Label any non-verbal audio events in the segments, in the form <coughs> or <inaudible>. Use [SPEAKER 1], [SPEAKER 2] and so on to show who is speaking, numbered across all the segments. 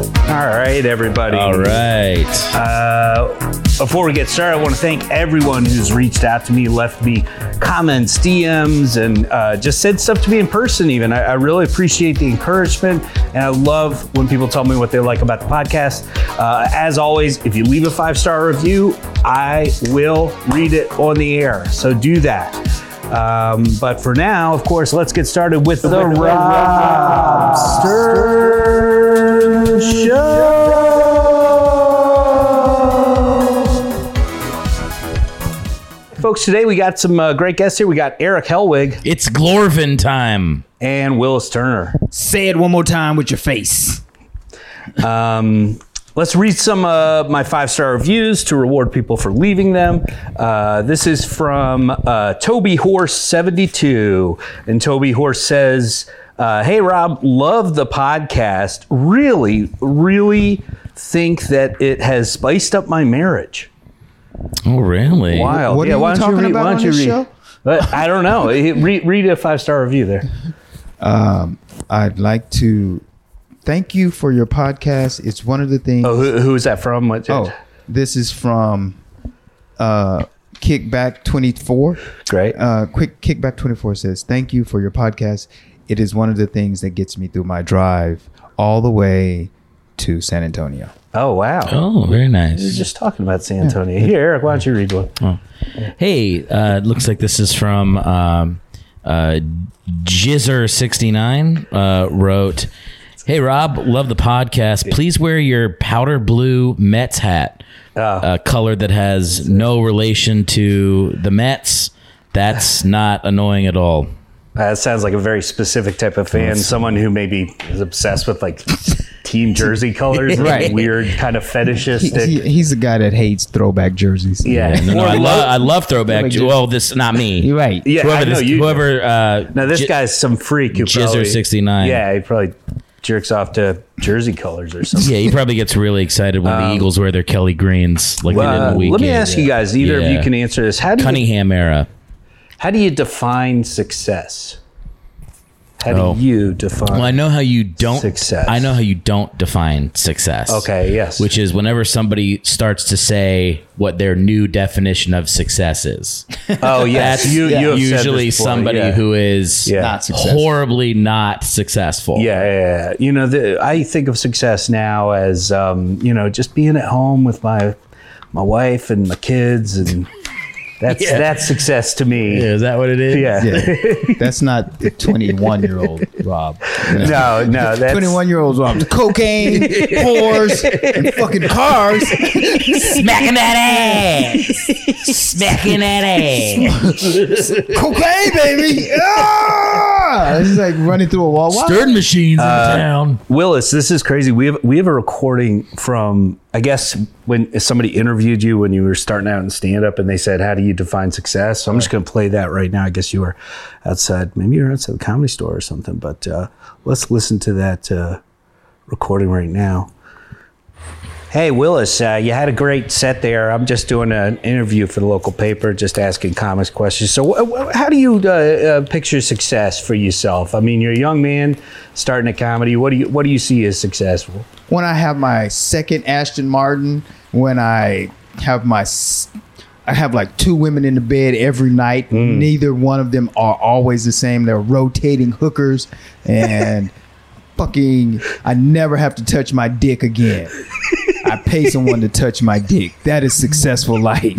[SPEAKER 1] All right, everybody.
[SPEAKER 2] All right.
[SPEAKER 1] Uh, before we get started, I want to thank everyone who's reached out to me, left me comments, DMs, and uh, just said stuff to me in person, even. I, I really appreciate the encouragement, and I love when people tell me what they like about the podcast. Uh, as always, if you leave a five star review, I will read it on the air. So do that. Um, but for now, of course, let's get started with the, Rob Stern Show. Folks, today we got some uh, great guests here. We got Eric Helwig
[SPEAKER 2] It's Glorvin time.
[SPEAKER 1] and Willis Turner.
[SPEAKER 3] Say it one more time with your face.
[SPEAKER 1] Um, let's read some of my five star reviews to reward people for leaving them. Uh, this is from uh, Toby Horse 72. And Toby Horse says, uh, Hey, Rob, love the podcast. Really, really think that it has spiced up my marriage.
[SPEAKER 2] Oh, really?
[SPEAKER 1] Wild.
[SPEAKER 3] What are you
[SPEAKER 1] why don't
[SPEAKER 3] talking
[SPEAKER 1] read-
[SPEAKER 3] about
[SPEAKER 1] why don't
[SPEAKER 3] on
[SPEAKER 1] you
[SPEAKER 3] this
[SPEAKER 1] read-
[SPEAKER 3] show?
[SPEAKER 1] But I don't know. read, read a five star review there.
[SPEAKER 4] I'd like to thank you for your podcast. It's one of the things.
[SPEAKER 1] Oh, who, who is that from? What,
[SPEAKER 4] Oh, this is from uh, Kickback 24.
[SPEAKER 1] Great.
[SPEAKER 4] Uh, quick Kickback 24 says, Thank you for your podcast. It is one of the things that gets me through my drive all the way to San Antonio.
[SPEAKER 1] oh, wow.
[SPEAKER 2] Oh, very
[SPEAKER 1] We were
[SPEAKER 2] nice.
[SPEAKER 1] just talking about San Antonio. Here, Eric, why don't you read one?
[SPEAKER 2] Hey, uh, it looks like this is from um, uh, Jizzer69. Uh, wrote, Hey, Rob, love the podcast. Please wear your powder blue Mets hat,
[SPEAKER 3] Ah.
[SPEAKER 2] a color that has no relation to the Mets. That's not annoying at
[SPEAKER 3] <laughs>
[SPEAKER 2] all.
[SPEAKER 1] Uh, That sounds like a very specific type of fan, someone who maybe is obsessed with like team jersey colors, like,
[SPEAKER 2] Right.
[SPEAKER 1] Weird kind of
[SPEAKER 4] He,
[SPEAKER 1] fetishistic.
[SPEAKER 4] he, he's the guy that hates throwback jerseys.
[SPEAKER 1] yeah,
[SPEAKER 2] No, no,
[SPEAKER 1] Or
[SPEAKER 2] I,
[SPEAKER 1] lo-
[SPEAKER 2] love, I love throwback.
[SPEAKER 4] Throwback
[SPEAKER 2] Well, this not
[SPEAKER 3] <laughs>
[SPEAKER 2] me.
[SPEAKER 4] You're right.
[SPEAKER 1] yeah, I
[SPEAKER 2] Whoever,
[SPEAKER 1] know
[SPEAKER 2] this,
[SPEAKER 1] you.
[SPEAKER 2] whoever uh,
[SPEAKER 1] now this
[SPEAKER 2] Ji-
[SPEAKER 1] guy's some freak who probably
[SPEAKER 2] Jizzer69.
[SPEAKER 1] Yeah, he probably jerks off to jersey colors or something.
[SPEAKER 2] Yeah, he probably gets really excited when the Eagles wear their Kelly greens like they did in
[SPEAKER 1] Uh,
[SPEAKER 2] the weekend.
[SPEAKER 1] Um, let me ask you guys. Either of you
[SPEAKER 2] Yeah.
[SPEAKER 1] can answer this. How do you,
[SPEAKER 2] Cunningham era.
[SPEAKER 1] how do you define success? How do
[SPEAKER 2] Oh.
[SPEAKER 1] you define?
[SPEAKER 2] Well, I know how you don't
[SPEAKER 1] Success.
[SPEAKER 2] I know how you don't define success.
[SPEAKER 1] okay, yes.
[SPEAKER 2] Which is whenever somebody starts to say what their new definition of success is. <laughs>
[SPEAKER 1] oh yes,
[SPEAKER 2] That's
[SPEAKER 1] you, you have said
[SPEAKER 2] usually
[SPEAKER 1] this before,
[SPEAKER 2] somebody
[SPEAKER 1] yeah.
[SPEAKER 2] who is
[SPEAKER 1] Yeah.
[SPEAKER 4] Not successful.
[SPEAKER 2] horribly not successful.
[SPEAKER 1] Yeah, yeah, yeah. You know, the, I think of success now as um, you know just being at home with my my wife and my kids, and that's
[SPEAKER 2] Yeah.
[SPEAKER 1] that's success to me. Yeah.
[SPEAKER 2] Is that what it is?
[SPEAKER 4] Yeah. That's not the 21 year old Rob.
[SPEAKER 1] <laughs> No, no,
[SPEAKER 4] <laughs>
[SPEAKER 1] that's
[SPEAKER 4] 21 year olds Rob. Uh, <laughs> Cocaine, whores, and fucking cars.
[SPEAKER 2] <laughs> Smacking
[SPEAKER 1] <laughs>
[SPEAKER 2] that ass. Smacking that ass.
[SPEAKER 4] cocaine, baby. Ah! It's like running through a wall. Why?
[SPEAKER 2] Stern machines
[SPEAKER 1] Uh,
[SPEAKER 2] in town.
[SPEAKER 1] Willis. This is crazy. We have we have a recording from I guess when somebody interviewed you when you were starting out in stand up, and they said, "How do you define success?" So I'm just going to play that right now. I guess you were outside, maybe you're outside the comedy store or something. But uh, let's listen to that uh, recording right now. Hey Willis, uh, you had a great set there. I'm just doing an interview for the local paper, just asking comics questions. So, wh- wh- how do you uh, uh, picture success for yourself? I mean, you're a young man starting a comedy. What do you What do you see as successful?
[SPEAKER 4] When I have my second Ashton Martin, when I have my, s- I have like two women in the bed every night. Neither one of them are always the same. They're rotating hookers, and <laughs> fucking, I never have to touch my dick again. I pay someone to touch my dick. That is successful life.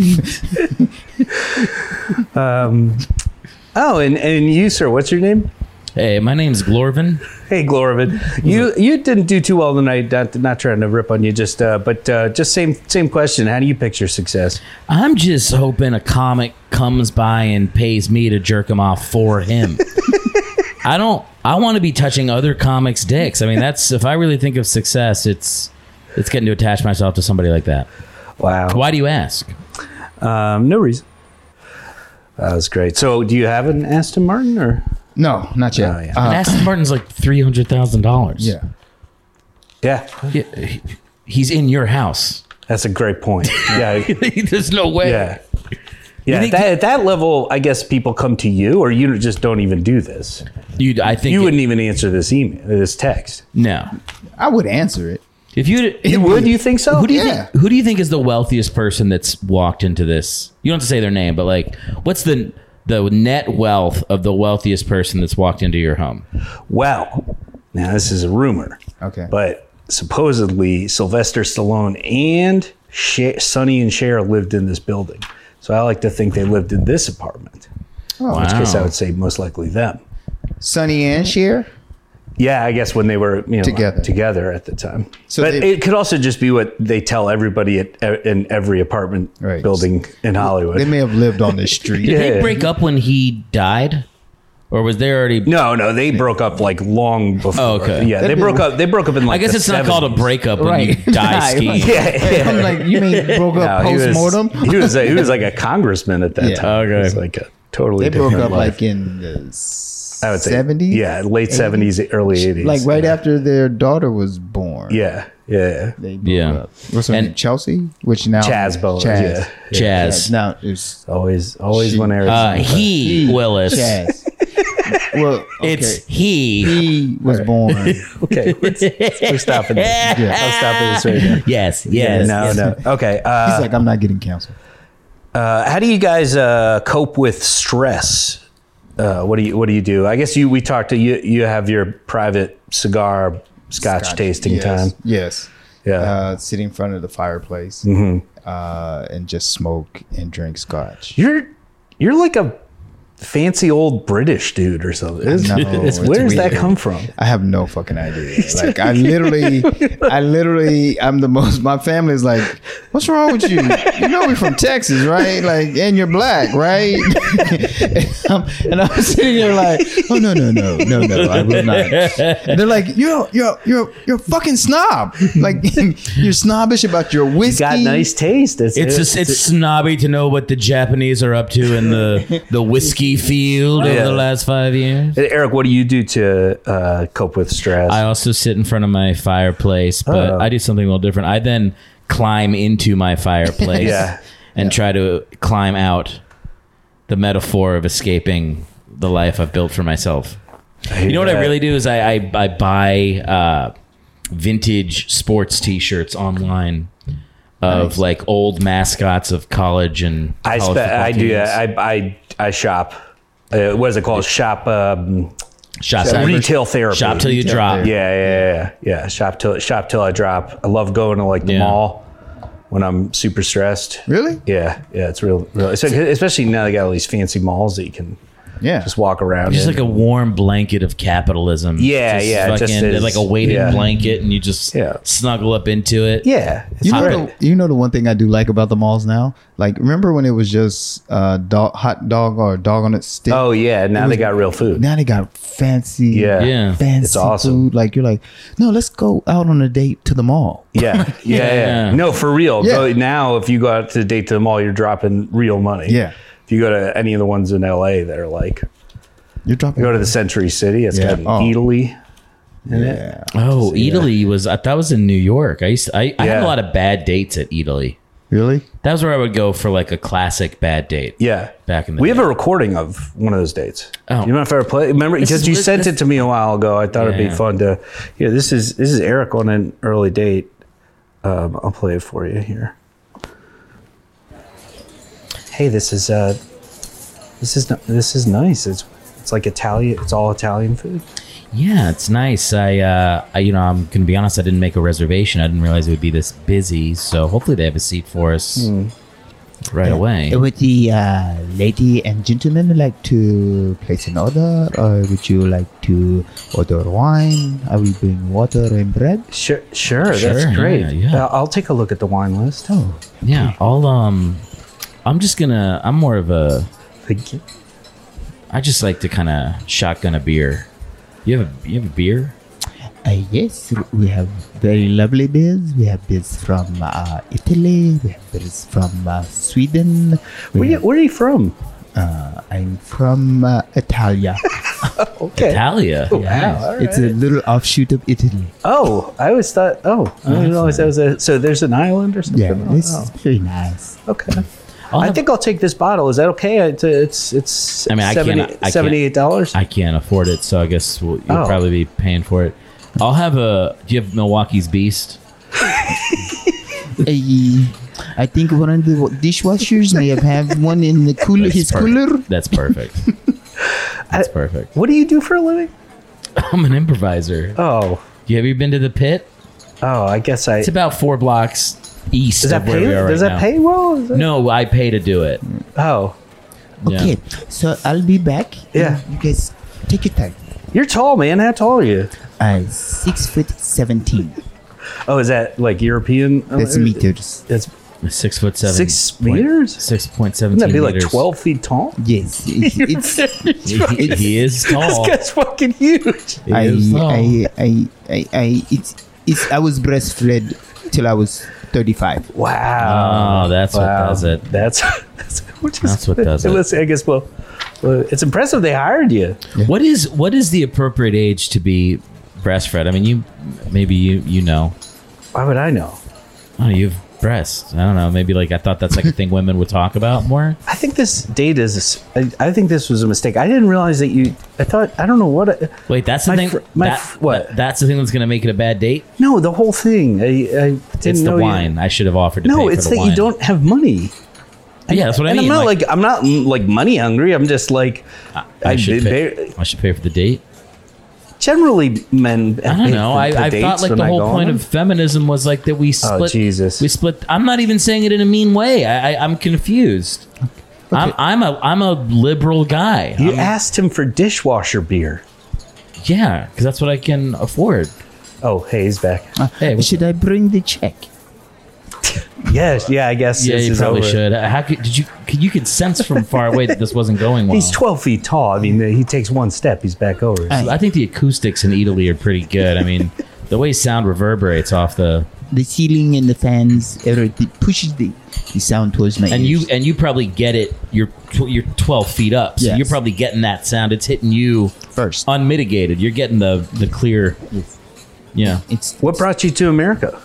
[SPEAKER 1] Oh, and and you, sir, what's your name?
[SPEAKER 2] Hey, my name's Glorvin.
[SPEAKER 1] Hey, Glorovin, you you didn't do too well tonight. Not not trying to rip on you, just uh, but uh, just same same question. How do you picture success?
[SPEAKER 2] I'm just hoping a comic comes by and pays me to jerk him off for him. <laughs> I don't. I want to be touching other comics' dicks. I mean, that's if I really think of success, it's it's getting to attach myself to somebody like that.
[SPEAKER 1] Wow,
[SPEAKER 2] Why do you ask?
[SPEAKER 1] um, no reason. That was great. So, do you have an Aston Martin or?
[SPEAKER 4] No, not yet.
[SPEAKER 1] Oh, yeah.
[SPEAKER 2] And
[SPEAKER 4] Uh,
[SPEAKER 2] Aston Martin's like three hundred thousand dollars.
[SPEAKER 4] yeah.
[SPEAKER 1] Yeah,
[SPEAKER 2] he's in your house. <laughs>
[SPEAKER 1] that's a great <laughs> point. Yeah,
[SPEAKER 2] There's no way.
[SPEAKER 1] Yeah. Yeah,
[SPEAKER 2] think
[SPEAKER 1] that, at that level, I guess people come to you, or you just don't even do this.
[SPEAKER 2] You, I think
[SPEAKER 1] You wouldn't even answer this email, this text.
[SPEAKER 2] No,
[SPEAKER 4] I would answer it.
[SPEAKER 2] If you
[SPEAKER 1] You would? You think so?
[SPEAKER 2] Who do you
[SPEAKER 4] Yeah.
[SPEAKER 2] think? Who do you think is the wealthiest person that's walked into this? You don't have to say their name, but like, what's the the net wealth of the wealthiest person that's walked into your home?
[SPEAKER 1] Well, now this is a rumor.
[SPEAKER 4] Okay.
[SPEAKER 1] But supposedly Sylvester Stallone and Sh- Sonny and Cher lived in this building. So I like to think they lived in this apartment.
[SPEAKER 2] wow.
[SPEAKER 1] In which case I would say most likely them.
[SPEAKER 4] Oh, Sonny and Cher.
[SPEAKER 1] Yeah, I guess when they were you know,
[SPEAKER 4] Together.
[SPEAKER 1] together at the time.
[SPEAKER 4] So
[SPEAKER 1] but
[SPEAKER 4] they-
[SPEAKER 1] it could also just be what they tell everybody at, e, in every apartment
[SPEAKER 4] Right.
[SPEAKER 1] building in Hollywood.
[SPEAKER 4] They may have lived on this street.
[SPEAKER 1] <laughs>
[SPEAKER 2] Did
[SPEAKER 1] Yeah.
[SPEAKER 2] they break up when he died, or was there already?
[SPEAKER 1] no, no, they broke up like long before.
[SPEAKER 2] Oh, okay.
[SPEAKER 1] Yeah, they
[SPEAKER 4] That'd be-
[SPEAKER 1] broke up. They broke up in like.
[SPEAKER 2] I guess
[SPEAKER 1] the
[SPEAKER 2] it's not called a
[SPEAKER 1] 70s.
[SPEAKER 2] breakup when
[SPEAKER 4] Right.
[SPEAKER 2] you die
[SPEAKER 4] Right.
[SPEAKER 2] skiing.
[SPEAKER 1] <laughs>
[SPEAKER 4] <laughs>
[SPEAKER 1] Yeah, yeah.
[SPEAKER 4] I'm like,
[SPEAKER 1] <laughs>
[SPEAKER 4] you mean broke up
[SPEAKER 1] No, he
[SPEAKER 4] post
[SPEAKER 1] was-
[SPEAKER 4] mortem?
[SPEAKER 1] He was a, he was like a congressman at that
[SPEAKER 4] Yeah.
[SPEAKER 1] time.
[SPEAKER 2] Okay.
[SPEAKER 1] It was like a totally
[SPEAKER 4] They broke
[SPEAKER 1] different
[SPEAKER 4] up
[SPEAKER 1] life.
[SPEAKER 4] like in the
[SPEAKER 1] I would say
[SPEAKER 4] seventies.
[SPEAKER 1] Yeah, late seventies, early eighties.
[SPEAKER 4] like right after their daughter was born.
[SPEAKER 1] Yeah, yeah.
[SPEAKER 4] they broke
[SPEAKER 2] Yeah.
[SPEAKER 4] up. What's her
[SPEAKER 2] And-
[SPEAKER 4] name? Chelsea, which now
[SPEAKER 1] Chaz Bowler.
[SPEAKER 4] Chaz.
[SPEAKER 1] Yeah.
[SPEAKER 2] Jazz.
[SPEAKER 4] Now it's
[SPEAKER 1] Always, always
[SPEAKER 4] She-
[SPEAKER 1] when Eric.
[SPEAKER 2] Uh, he, Willis.
[SPEAKER 1] <laughs>
[SPEAKER 4] Chaz. well, okay.
[SPEAKER 2] It's he.
[SPEAKER 4] he
[SPEAKER 1] <laughs>
[SPEAKER 4] was born.
[SPEAKER 1] okay, let's, we're stopping <laughs> this.
[SPEAKER 2] Yeah.
[SPEAKER 1] I'm stopping this right now.
[SPEAKER 2] <laughs> Yes. Yes.
[SPEAKER 1] Yeah, no,
[SPEAKER 2] yes.
[SPEAKER 1] no. Okay.
[SPEAKER 4] He's
[SPEAKER 1] Uh,
[SPEAKER 4] like, I'm not getting canceled.
[SPEAKER 1] uh, how do you guys uh, cope with stress? Uh, what do you What do you do? I guess you. We talked. To, you You have your private cigar scotch, tasting
[SPEAKER 4] yes,
[SPEAKER 1] time.
[SPEAKER 4] Yes.
[SPEAKER 1] Yeah. Mm-hmm.
[SPEAKER 4] Uh, sitting in front of the fireplace uh, and just smoke and drink scotch.
[SPEAKER 1] You're you're like a fancy old British dude or something. It's- <laughs>
[SPEAKER 4] No, it's
[SPEAKER 1] where does that
[SPEAKER 4] weird.
[SPEAKER 1] come from?
[SPEAKER 4] I have no
[SPEAKER 1] <laughs>
[SPEAKER 4] fucking idea. Like I literally, I literally, I'm the most. My family's like, "What's wrong with you? You know we're from Texas, right? Like, and you're black, right?" <laughs> and, I'm, and I'm sitting there like, "Oh no, no, no, no, no, I will not."
[SPEAKER 2] <laughs>
[SPEAKER 4] And they're like, "You're you're you're you're a fucking snob. Like, <laughs> you're snobbish about your whiskey."
[SPEAKER 1] Got nice taste. It's uh,
[SPEAKER 2] It's just, it's snobby to know what the Japanese are up to in the
[SPEAKER 1] <laughs>
[SPEAKER 2] the whiskey field
[SPEAKER 1] Yeah.
[SPEAKER 2] over the last five years.
[SPEAKER 1] Eric, what do you do to uh, cope with stress?
[SPEAKER 2] I also sit in front of my fireplace, but
[SPEAKER 1] Oh.
[SPEAKER 2] I do something a little different. I then climb into my
[SPEAKER 1] <laughs>
[SPEAKER 2] fireplace
[SPEAKER 1] Yeah.
[SPEAKER 2] and try to climb out the metaphor of escaping the life I've built for myself. You know what I really do is I I, I buy uh, vintage sports T-shirts online of like old mascots of college and
[SPEAKER 1] I
[SPEAKER 2] college
[SPEAKER 1] spe-
[SPEAKER 2] football
[SPEAKER 1] I do.
[SPEAKER 2] teams.
[SPEAKER 1] I I I shop. Uh, what is it called? Shop. Um,
[SPEAKER 2] shop
[SPEAKER 1] retail therapy.
[SPEAKER 2] shop till you
[SPEAKER 4] Retail
[SPEAKER 2] drop.
[SPEAKER 4] therapy.
[SPEAKER 1] Yeah, yeah, yeah, yeah. Shop till shop till I drop. I love going to like the
[SPEAKER 2] Yeah.
[SPEAKER 1] mall when I'm super stressed.
[SPEAKER 4] Really?
[SPEAKER 1] Yeah, yeah. It's real, real. It's like, especially now they got all these fancy malls that you can
[SPEAKER 4] Yeah.
[SPEAKER 1] just walk around.
[SPEAKER 2] Just
[SPEAKER 1] in.
[SPEAKER 2] like a warm blanket of capitalism.
[SPEAKER 1] Yeah, yeah, it just
[SPEAKER 2] fucking-
[SPEAKER 1] is.
[SPEAKER 2] like a weighted
[SPEAKER 1] Yeah.
[SPEAKER 2] blanket, and you just
[SPEAKER 1] Yeah.
[SPEAKER 2] snuggle up into it.
[SPEAKER 1] yeah. it's
[SPEAKER 4] You
[SPEAKER 1] great.
[SPEAKER 4] know, the, you know the one thing I do like about the malls now. Like, remember when it was just uh, dog, hot dog or dog on a stick?
[SPEAKER 1] Oh yeah, now they got real food.
[SPEAKER 4] now they got fancy,
[SPEAKER 1] Yeah.
[SPEAKER 2] Yeah.
[SPEAKER 4] fancy
[SPEAKER 1] It's awesome.
[SPEAKER 4] food. Like you're like, no, let's go out on a date to the mall. <laughs>
[SPEAKER 1] Yeah, yeah, yeah,
[SPEAKER 2] Yeah.
[SPEAKER 1] No, for real.
[SPEAKER 4] Yeah.
[SPEAKER 1] Go, now, if you go out to date to the mall, you're dropping real money.
[SPEAKER 4] Yeah.
[SPEAKER 1] If you go to any of the ones in LA that are like,
[SPEAKER 4] You're dropping.
[SPEAKER 1] go to the Century City, it's
[SPEAKER 4] Yeah.
[SPEAKER 1] got
[SPEAKER 4] Oh.
[SPEAKER 1] Italy.
[SPEAKER 4] yeah.
[SPEAKER 2] Oh, Italy was I, that was in New York. I used to, I, I had
[SPEAKER 1] Yeah.
[SPEAKER 2] a lot of bad dates at Italy.
[SPEAKER 4] Really?
[SPEAKER 2] That was where I would go for like a classic bad date.
[SPEAKER 1] Yeah.
[SPEAKER 2] Back in the
[SPEAKER 1] we
[SPEAKER 2] day.
[SPEAKER 1] have a recording of one of those dates.
[SPEAKER 2] Oh.
[SPEAKER 1] You know if I play? Remember, because
[SPEAKER 2] is
[SPEAKER 1] you
[SPEAKER 2] lit-
[SPEAKER 1] sent
[SPEAKER 2] this-
[SPEAKER 1] it to me a while ago. I thought it'd
[SPEAKER 2] Yeah.
[SPEAKER 1] be fun to. Yeah, this is this is Eric on an early date. Um, I'll play it for you here. Hey, this is uh, this is n- this is nice. It's it's like Italian. It's all Italian food.
[SPEAKER 2] Yeah, it's nice. I, uh, I, you know, I'm gonna be honest. I didn't make a reservation. I didn't realize it would be this busy. So hopefully they have a seat for us
[SPEAKER 1] Hmm.
[SPEAKER 2] right away.
[SPEAKER 4] Would the uh, lady and gentleman like to place an order, or would you like to order wine? I will bring water and bread.
[SPEAKER 1] Sure, sure,
[SPEAKER 2] Sure,
[SPEAKER 1] that's great.
[SPEAKER 2] yeah, yeah.
[SPEAKER 1] Uh, I'll take a look at the wine list. Oh,
[SPEAKER 2] Yeah, I'll. Um, I'm just gonna. I'm more of a.
[SPEAKER 1] thank you.
[SPEAKER 2] I just like to kind of shotgun a beer. You have a, you have a beer?
[SPEAKER 4] Uh, yes, we have very lovely beers. We have beers from uh, Italy. We have beers from uh, Sweden. We
[SPEAKER 1] Where, you,
[SPEAKER 4] have-
[SPEAKER 1] where are you from?
[SPEAKER 4] uh, I'm from uh, Italia.
[SPEAKER 1] Okay.
[SPEAKER 2] Italia.
[SPEAKER 1] oh,
[SPEAKER 2] Yeah.
[SPEAKER 1] Wow. all
[SPEAKER 4] It's a little offshoot of Italy.
[SPEAKER 1] Oh, I always thought. Oh, I didn't realize that was a. So there's an island or something.
[SPEAKER 4] Yeah,
[SPEAKER 1] Oh,
[SPEAKER 4] this
[SPEAKER 1] wow.
[SPEAKER 4] is very nice.
[SPEAKER 1] okay.
[SPEAKER 2] I'll
[SPEAKER 1] I
[SPEAKER 2] have-
[SPEAKER 1] think I'll take this bottle. Is that okay? It's it's it's.
[SPEAKER 2] I mean, I can't-
[SPEAKER 1] 70
[SPEAKER 2] I can't-
[SPEAKER 1] Seventy-eight dollars.
[SPEAKER 2] I can't afford it, so I guess we'll,
[SPEAKER 1] Oh.
[SPEAKER 2] you'll probably be paying for it. I'll have a. Do you have Milwaukee's Beast?
[SPEAKER 5] I, I think one of the dishwashers may have had one in the cooler,
[SPEAKER 2] That's
[SPEAKER 5] his
[SPEAKER 2] perfect.
[SPEAKER 5] cooler.
[SPEAKER 2] That's perfect.
[SPEAKER 1] <laughs>
[SPEAKER 2] That's perfect. <laughs>
[SPEAKER 1] What do you do for a living?
[SPEAKER 2] I'm an improviser.
[SPEAKER 1] Oh,
[SPEAKER 2] You have you been to the pit?
[SPEAKER 1] oh, I guess I.
[SPEAKER 2] It's about four blocks east
[SPEAKER 1] Does that
[SPEAKER 2] of where
[SPEAKER 1] pay?
[SPEAKER 2] we are
[SPEAKER 1] Does
[SPEAKER 2] right
[SPEAKER 1] that
[SPEAKER 2] now.
[SPEAKER 1] pay well? Is that-
[SPEAKER 2] No, I pay to do it.
[SPEAKER 1] Oh,
[SPEAKER 2] Yeah.
[SPEAKER 5] Okay, so I'll be back.
[SPEAKER 1] Yeah.
[SPEAKER 5] You guys take your time.
[SPEAKER 1] you're tall, man. How tall are you?
[SPEAKER 4] Uh,
[SPEAKER 5] I'm six foot seventeen.
[SPEAKER 1] Oh, is that like European? Oh,
[SPEAKER 5] That's meters.
[SPEAKER 1] That's
[SPEAKER 2] Six foot seven.
[SPEAKER 1] Six
[SPEAKER 2] point-
[SPEAKER 1] meters?
[SPEAKER 2] Six point seventeen.
[SPEAKER 1] wouldn't that be like
[SPEAKER 2] meters.
[SPEAKER 1] twelve feet tall?
[SPEAKER 5] Yes, it's. it's
[SPEAKER 2] He, he
[SPEAKER 1] <laughs>
[SPEAKER 2] is
[SPEAKER 1] This
[SPEAKER 2] tall.
[SPEAKER 1] guy's fucking huge.
[SPEAKER 2] He
[SPEAKER 5] I,
[SPEAKER 2] is tall.
[SPEAKER 1] Oh,
[SPEAKER 5] I, I, I, I, it's, it's, I was breastfed till I was 35.
[SPEAKER 1] Wow.
[SPEAKER 2] Oh, that's what
[SPEAKER 1] Wow.
[SPEAKER 2] does it.
[SPEAKER 1] That's <laughs> that's, which is-
[SPEAKER 2] That's what does it.
[SPEAKER 1] <laughs> let's- I guess. Well, well, it's impressive they hired you.
[SPEAKER 2] What is what is the appropriate age to be breastfed? I mean, you maybe you you know.
[SPEAKER 1] Why would I know?
[SPEAKER 2] Oh, you've breasts. I don't know. Maybe like I thought that's like a thing women would talk about more.
[SPEAKER 1] I think this date is. I, I think this was a mistake. I didn't realize that you. I thought I don't know what. uh, I,
[SPEAKER 2] Wait, that's the
[SPEAKER 1] My
[SPEAKER 2] thing.
[SPEAKER 1] fr- my
[SPEAKER 2] that-
[SPEAKER 1] fr- what?
[SPEAKER 2] that- that's the thing that's going to make it a bad date.
[SPEAKER 1] no, the whole thing. I, I didn't
[SPEAKER 2] It's
[SPEAKER 1] know
[SPEAKER 2] the
[SPEAKER 1] you-
[SPEAKER 2] wine. I should have offered to pay
[SPEAKER 1] No,
[SPEAKER 2] for
[SPEAKER 1] it's
[SPEAKER 2] the
[SPEAKER 1] that
[SPEAKER 2] wine.
[SPEAKER 1] you don't have money.
[SPEAKER 2] Yeah, that's what I
[SPEAKER 1] and
[SPEAKER 2] mean.
[SPEAKER 1] I'm not like, I'm not mm, like money hungry. I'm just like I,
[SPEAKER 2] I should,
[SPEAKER 1] ba-
[SPEAKER 2] pay, I should pay for the date.
[SPEAKER 1] generally men.
[SPEAKER 2] I
[SPEAKER 1] pay
[SPEAKER 2] don't know.
[SPEAKER 1] for- for
[SPEAKER 2] I, I
[SPEAKER 1] dates
[SPEAKER 2] thought like
[SPEAKER 1] when
[SPEAKER 2] the
[SPEAKER 1] I
[SPEAKER 2] whole
[SPEAKER 1] go on
[SPEAKER 2] point
[SPEAKER 1] them. Oh,
[SPEAKER 2] of feminism was like that we split.
[SPEAKER 1] Jesus.
[SPEAKER 2] We split. I'm not even saying it in a mean way. I, I, I'm confused. I'm, I'm a I'm a liberal guy.
[SPEAKER 1] you
[SPEAKER 2] I'm-
[SPEAKER 1] asked him for dishwasher beer.
[SPEAKER 2] yeah, because that's what I can afford.
[SPEAKER 1] Oh, hey, he's back.
[SPEAKER 2] Hey, what's
[SPEAKER 5] Uh, Should I bring the check?
[SPEAKER 1] Yes, yeah, I guess.
[SPEAKER 2] Yeah,
[SPEAKER 1] this
[SPEAKER 2] you
[SPEAKER 1] is
[SPEAKER 2] probably
[SPEAKER 1] over.
[SPEAKER 2] should. Uh, How could, did you? could- You could sense from far away that this wasn't going
[SPEAKER 1] <laughs>
[SPEAKER 2] well.
[SPEAKER 1] He's 12 feet tall. I mean, uh, he takes one step, he's back over.
[SPEAKER 2] I think the acoustics in Italy are pretty good. I mean, the way sound reverberates off the
[SPEAKER 5] The ceiling and the fans, everything pushes the, the sound towards my
[SPEAKER 2] and you
[SPEAKER 5] ears.
[SPEAKER 2] and you probably get it. You're tw- you're twelve feet up, so
[SPEAKER 5] Yes.
[SPEAKER 2] you're probably getting that sound. It's hitting you
[SPEAKER 5] first.
[SPEAKER 2] unmitigated. You're getting the the clear. Yeah,
[SPEAKER 5] It's
[SPEAKER 1] what brought you to America?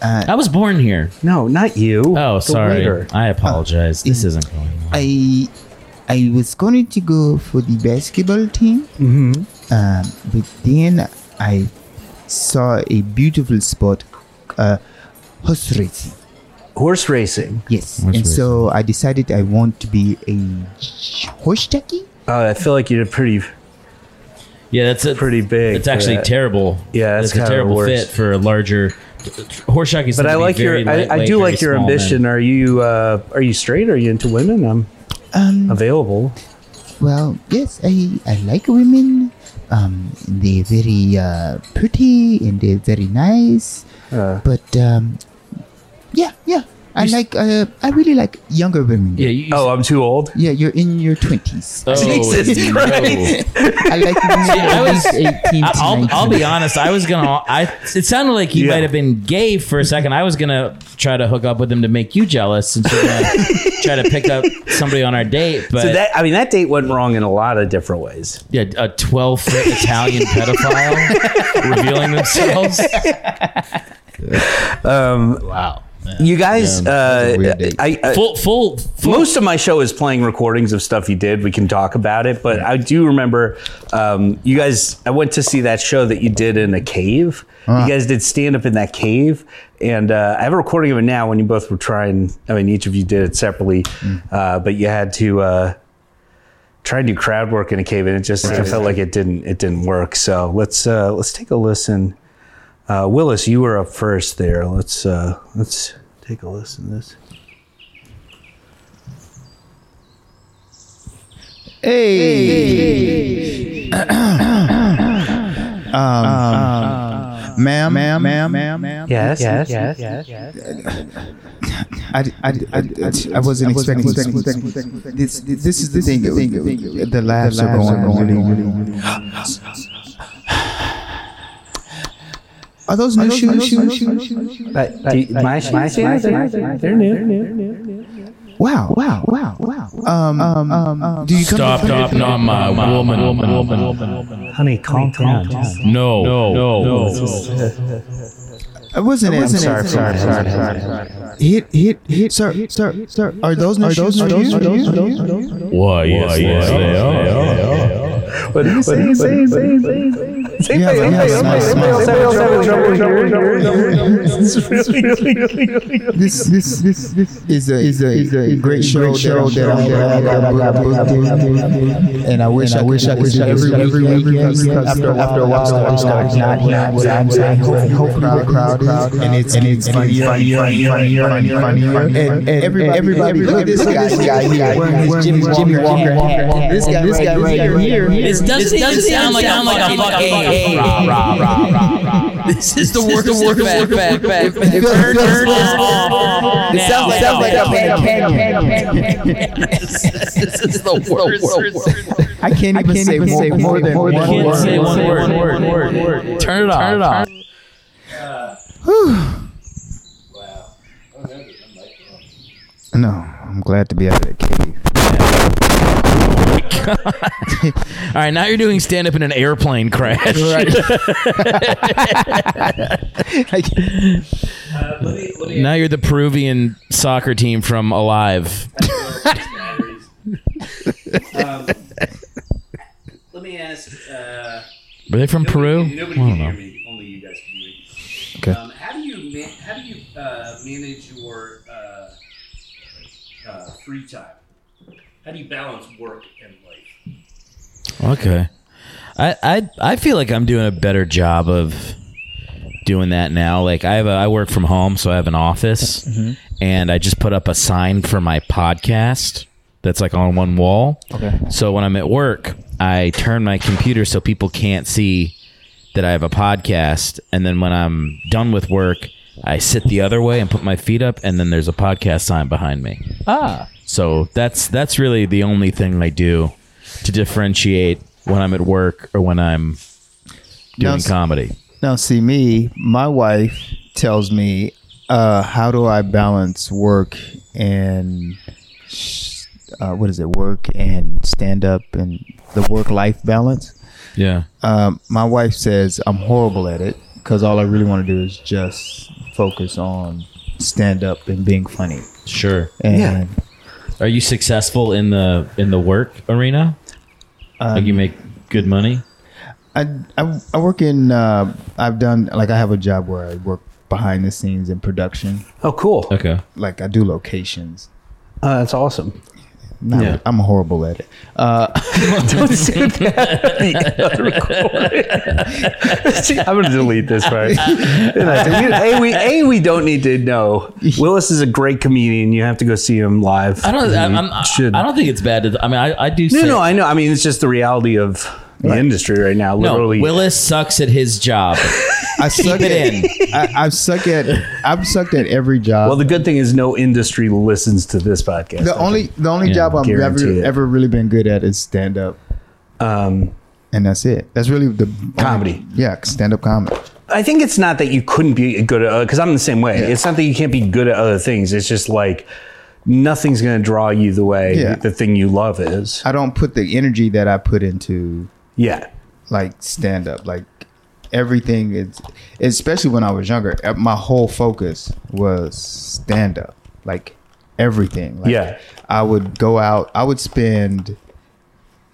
[SPEAKER 5] Uh,
[SPEAKER 2] I was born here.
[SPEAKER 1] No, not you.
[SPEAKER 2] Oh,
[SPEAKER 1] The
[SPEAKER 2] sorry.
[SPEAKER 1] waiter.
[SPEAKER 2] I apologize. This
[SPEAKER 5] Mm.
[SPEAKER 2] isn't going. well.
[SPEAKER 5] I I was going to go for the basketball team,
[SPEAKER 2] Mm-hmm.
[SPEAKER 5] um, but then I saw a beautiful spot, uh, horse racing.
[SPEAKER 1] Horse racing.
[SPEAKER 5] Yes,
[SPEAKER 2] Horse
[SPEAKER 5] and so I decided I want to be a sh- horse jockey.
[SPEAKER 1] Oh, I feel like you did pretty.
[SPEAKER 2] Yeah, that's a,
[SPEAKER 1] Pretty big
[SPEAKER 2] It's
[SPEAKER 1] for
[SPEAKER 2] actually
[SPEAKER 1] that.
[SPEAKER 2] terrible.
[SPEAKER 1] Yeah, that's
[SPEAKER 2] a
[SPEAKER 1] kinda
[SPEAKER 2] terrible
[SPEAKER 1] worse.
[SPEAKER 2] fit for a larger horse jockey.
[SPEAKER 1] But I like your. I, I do like your ambition. Are you uh, are you straight? Are you into women? I'm
[SPEAKER 5] Um,
[SPEAKER 1] available.
[SPEAKER 5] well, yes, I I like women. Um, they're very uh, pretty and they're very nice,
[SPEAKER 1] Uh,
[SPEAKER 5] but um, yeah, yeah. I
[SPEAKER 2] You s-
[SPEAKER 5] like. Uh, I really like younger women.
[SPEAKER 2] Yeah. You,
[SPEAKER 1] oh, I'm too old.
[SPEAKER 5] Yeah, you're in your twenties. <laughs>
[SPEAKER 2] Oh,
[SPEAKER 1] Jesus
[SPEAKER 2] no.
[SPEAKER 1] Christ.
[SPEAKER 5] I like women
[SPEAKER 2] I
[SPEAKER 5] at
[SPEAKER 2] was-
[SPEAKER 5] least 18
[SPEAKER 2] I-
[SPEAKER 5] to
[SPEAKER 2] I'll, I'll
[SPEAKER 5] 19.
[SPEAKER 2] be honest. I was gonna. I. It sounded like you
[SPEAKER 1] Yeah.
[SPEAKER 2] might have been gay for a second. I was gonna try to hook up with him to make you jealous, since you're
[SPEAKER 6] <laughs>
[SPEAKER 2] gonna try to pick up somebody on our date. But
[SPEAKER 1] So that I mean, that date went wrong in a lot of different ways.
[SPEAKER 2] yeah, a twelve foot Italian pedophile revealing themselves. wow.
[SPEAKER 1] You guys,
[SPEAKER 5] was a
[SPEAKER 1] uh,
[SPEAKER 5] weird date.
[SPEAKER 1] I, I,
[SPEAKER 2] Full, full, full.
[SPEAKER 1] most of my show is playing recordings of stuff you did. We can talk about it, but I do remember um, you guys. I went to see that show that you did in a cave. You guys did stand up in that cave, and uh, I have a recording of it now. When you both were trying, I mean, each of you did it separately, uh, but you had to. Uh, Try and do crowd work in a cave, and it just it felt like it didn't it didn't work. So let's uh, let's take a listen. Uh, Willis, you were up first there. Let's uh, let's take a listen to this.
[SPEAKER 5] <coughs> Um,
[SPEAKER 4] Um, Ma'am, ma'am, ma'am, ma'am, ma'am.
[SPEAKER 1] Yes, yes, yes,
[SPEAKER 4] I, d- I, d- I, d- I, d- I wasn't expecting this. This this is the thing. The laughs are going. going. Are those new shoes?
[SPEAKER 1] But, do you- my my my- my- they're new.
[SPEAKER 4] Wow! Wow! Wow! Wow! Um, um, um, do you come?
[SPEAKER 7] Stopped up, not my woman.
[SPEAKER 1] Honey, calm down.
[SPEAKER 7] No, no, no.
[SPEAKER 4] I wasn't. I'm sorry. Sorry. Sorry. Hit! Hit! Hit! Sir! Sir! Sir! Are those new shoes? Are those? Are those? Are those? Are those?
[SPEAKER 7] Why, yes, yes, they are.
[SPEAKER 1] What do you say? Same thing,
[SPEAKER 4] Yeah, but
[SPEAKER 1] same
[SPEAKER 4] yeah,
[SPEAKER 1] thing,
[SPEAKER 4] smile,
[SPEAKER 1] same
[SPEAKER 4] smile.
[SPEAKER 1] thing. Same thing, same thing, same thing. It's really, really,
[SPEAKER 4] this this this this is a is a is a great show show that I'm that I'm that I'm booked in. and I wish I wish I could do this every week because because after after a while I start not hearing what I'm saying hopefully hopefully the crowd is and it's and it's funny funny funny funny funny and and everybody look at this guy guy guy Jimmy Jimmy Walker hat this guy this guy right here
[SPEAKER 2] This doesn't,
[SPEAKER 6] This
[SPEAKER 2] doesn't
[SPEAKER 6] doesn't
[SPEAKER 2] sound like,
[SPEAKER 6] sound
[SPEAKER 2] like,
[SPEAKER 6] like
[SPEAKER 2] a fucking.
[SPEAKER 6] a fucking-
[SPEAKER 2] Rah, rah, rah, rah, rah, rah.
[SPEAKER 6] This is the worst of worst of worst of worst.
[SPEAKER 4] It feels- it feels- <laughs>
[SPEAKER 6] It
[SPEAKER 2] Now,
[SPEAKER 6] sounds like
[SPEAKER 2] now,
[SPEAKER 6] sounds like
[SPEAKER 2] now.
[SPEAKER 6] a
[SPEAKER 2] <laughs>
[SPEAKER 6] panic. This is the worst.
[SPEAKER 4] I can't even say more than more than
[SPEAKER 2] Can't
[SPEAKER 4] one
[SPEAKER 2] say one
[SPEAKER 4] word
[SPEAKER 2] word. word, word, word. Turn it off. Turn it off.
[SPEAKER 4] no I'm glad to be out of the cave
[SPEAKER 2] All right, now you're doing stand up in an airplane crash. <laughs> now you're the Peruvian soccer team
[SPEAKER 1] <laughs>
[SPEAKER 2] from Alive.
[SPEAKER 1] Um, Let me ask. Uh,
[SPEAKER 2] Were they from Peru?
[SPEAKER 1] Nobody,
[SPEAKER 2] I
[SPEAKER 1] can
[SPEAKER 2] don't
[SPEAKER 1] hear
[SPEAKER 2] know.
[SPEAKER 1] me. Only you guys can hear me.
[SPEAKER 4] Okay.
[SPEAKER 1] Um, how do you man- how do you uh, manage your uh, uh, free time? How do you balance work and life?
[SPEAKER 2] Okay. I, I I feel like I'm doing a better job of doing that now. Like I have a, I work from home, so I have an office, and I just put up a sign for my podcast that's like on one wall. Okay. So when I'm at work, I turn my computer so people can't see that I have a podcast, and then when I'm done with work, I sit the other way and put my feet up, and then there's a podcast sign behind me.
[SPEAKER 6] Ah.
[SPEAKER 2] So that's that's really the only thing I do to differentiate when I'm at work or when I'm
[SPEAKER 4] Now,
[SPEAKER 2] doing
[SPEAKER 4] s-
[SPEAKER 2] comedy.
[SPEAKER 4] Now, see me. My wife tells me, uh, "How do I balance work and sh- uh, what is it? Work and stand up and the work-life balance."
[SPEAKER 2] Yeah.
[SPEAKER 4] Um, my wife says I'm horrible at it because all I really want to do is just focus on stand up and being funny.
[SPEAKER 2] Sure.
[SPEAKER 4] And
[SPEAKER 1] Yeah.
[SPEAKER 2] Are you successful in the in the work arena? like
[SPEAKER 1] Um,
[SPEAKER 2] you make good money?
[SPEAKER 4] I, I, I work in. Uh, I've done like I have a job where I work behind the scenes in production.
[SPEAKER 1] Oh, cool.
[SPEAKER 2] Okay.
[SPEAKER 4] Like I do locations.
[SPEAKER 1] Uh, that's awesome. <laughs>
[SPEAKER 4] No,
[SPEAKER 2] Yeah.
[SPEAKER 4] I'm horrible at it.
[SPEAKER 1] Don't say that. <laughs>
[SPEAKER 2] <laughs>
[SPEAKER 1] on the other recording. See, I'm gonna delete this
[SPEAKER 2] <laughs>
[SPEAKER 1] part. And I said, you- hey, we a we don't need to know. Willis is a great comedian. You have to go see him live.
[SPEAKER 2] I don't.
[SPEAKER 1] You
[SPEAKER 2] I'm, I'm,
[SPEAKER 1] should.
[SPEAKER 2] I don't think it's bad. To, I mean, I, I do.
[SPEAKER 1] no,
[SPEAKER 2] say,
[SPEAKER 1] no, I know. I mean, it's just the reality of the industry right now.
[SPEAKER 2] no.
[SPEAKER 1] Literally,
[SPEAKER 2] Willis sucks at his job.
[SPEAKER 1] <laughs>
[SPEAKER 4] I suck
[SPEAKER 2] it
[SPEAKER 4] at,
[SPEAKER 2] in.
[SPEAKER 4] I, I've suck at I've sucked at every job.
[SPEAKER 1] Well, the good thing is no industry listens to this podcast.
[SPEAKER 4] the only the only
[SPEAKER 2] Yeah,
[SPEAKER 4] job I've
[SPEAKER 1] guarantee
[SPEAKER 4] ever
[SPEAKER 1] it.
[SPEAKER 4] ever really been good at is stand up,
[SPEAKER 1] um,
[SPEAKER 4] and that's it. That's really the
[SPEAKER 1] Comedy.
[SPEAKER 4] Yeah, stand up comedy.
[SPEAKER 1] I think it's not that you couldn't be good at because I'm the same way. It's not that you can't be good at other things. It's just like nothing's going to draw you the way
[SPEAKER 4] Yeah.
[SPEAKER 1] the thing you love is.
[SPEAKER 4] I don't put the energy that I put into
[SPEAKER 1] Yeah,
[SPEAKER 4] like stand up. Like everything is, especially when I was younger, uh, my whole focus was stand up. Like everything. Like,
[SPEAKER 1] Yeah.
[SPEAKER 4] I would go out. I would spend.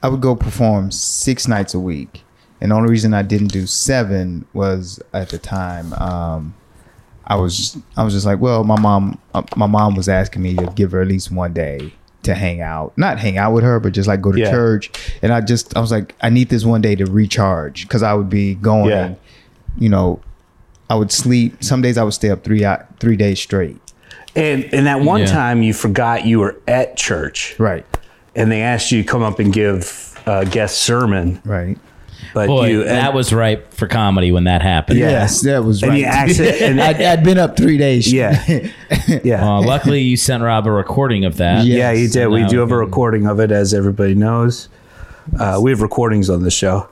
[SPEAKER 4] I would go perform six nights a week, and the only reason I didn't do seven was at the time. Um, I was I was just like, well, my mom uh, my mom was asking me to give her at least one day to hang out, not hang out with her, but just like go to
[SPEAKER 1] Yeah.
[SPEAKER 4] church. And I just I was like, I need this one day to recharge because I would be going,
[SPEAKER 1] Yeah.
[SPEAKER 4] you know, I would sleep. Some days I would stay up three hou- three days straight.
[SPEAKER 1] and and that one
[SPEAKER 2] Yeah.
[SPEAKER 1] time you forgot you were at church,
[SPEAKER 4] Right.
[SPEAKER 1] and they asked you to come up and give a guest sermon,
[SPEAKER 4] Right.
[SPEAKER 1] but
[SPEAKER 2] Boy,
[SPEAKER 1] you
[SPEAKER 2] that
[SPEAKER 1] and-
[SPEAKER 2] was ripe for comedy when that happened.
[SPEAKER 1] Yeah.
[SPEAKER 2] <laughs>
[SPEAKER 4] Yes, that was
[SPEAKER 1] and
[SPEAKER 4] right.
[SPEAKER 1] you accident
[SPEAKER 4] <laughs>
[SPEAKER 1] and
[SPEAKER 4] I, I'd been up three days. <laughs>
[SPEAKER 1] Yeah. yeah.
[SPEAKER 2] Uh, luckily, you sent Rob a recording of that.
[SPEAKER 4] Yeah.
[SPEAKER 1] Yeah, you
[SPEAKER 4] Yes.
[SPEAKER 1] did. We
[SPEAKER 2] Now
[SPEAKER 1] do
[SPEAKER 2] we
[SPEAKER 1] have a
[SPEAKER 2] can-
[SPEAKER 1] recording of it, as everybody knows. Uh, we have recordings on this show.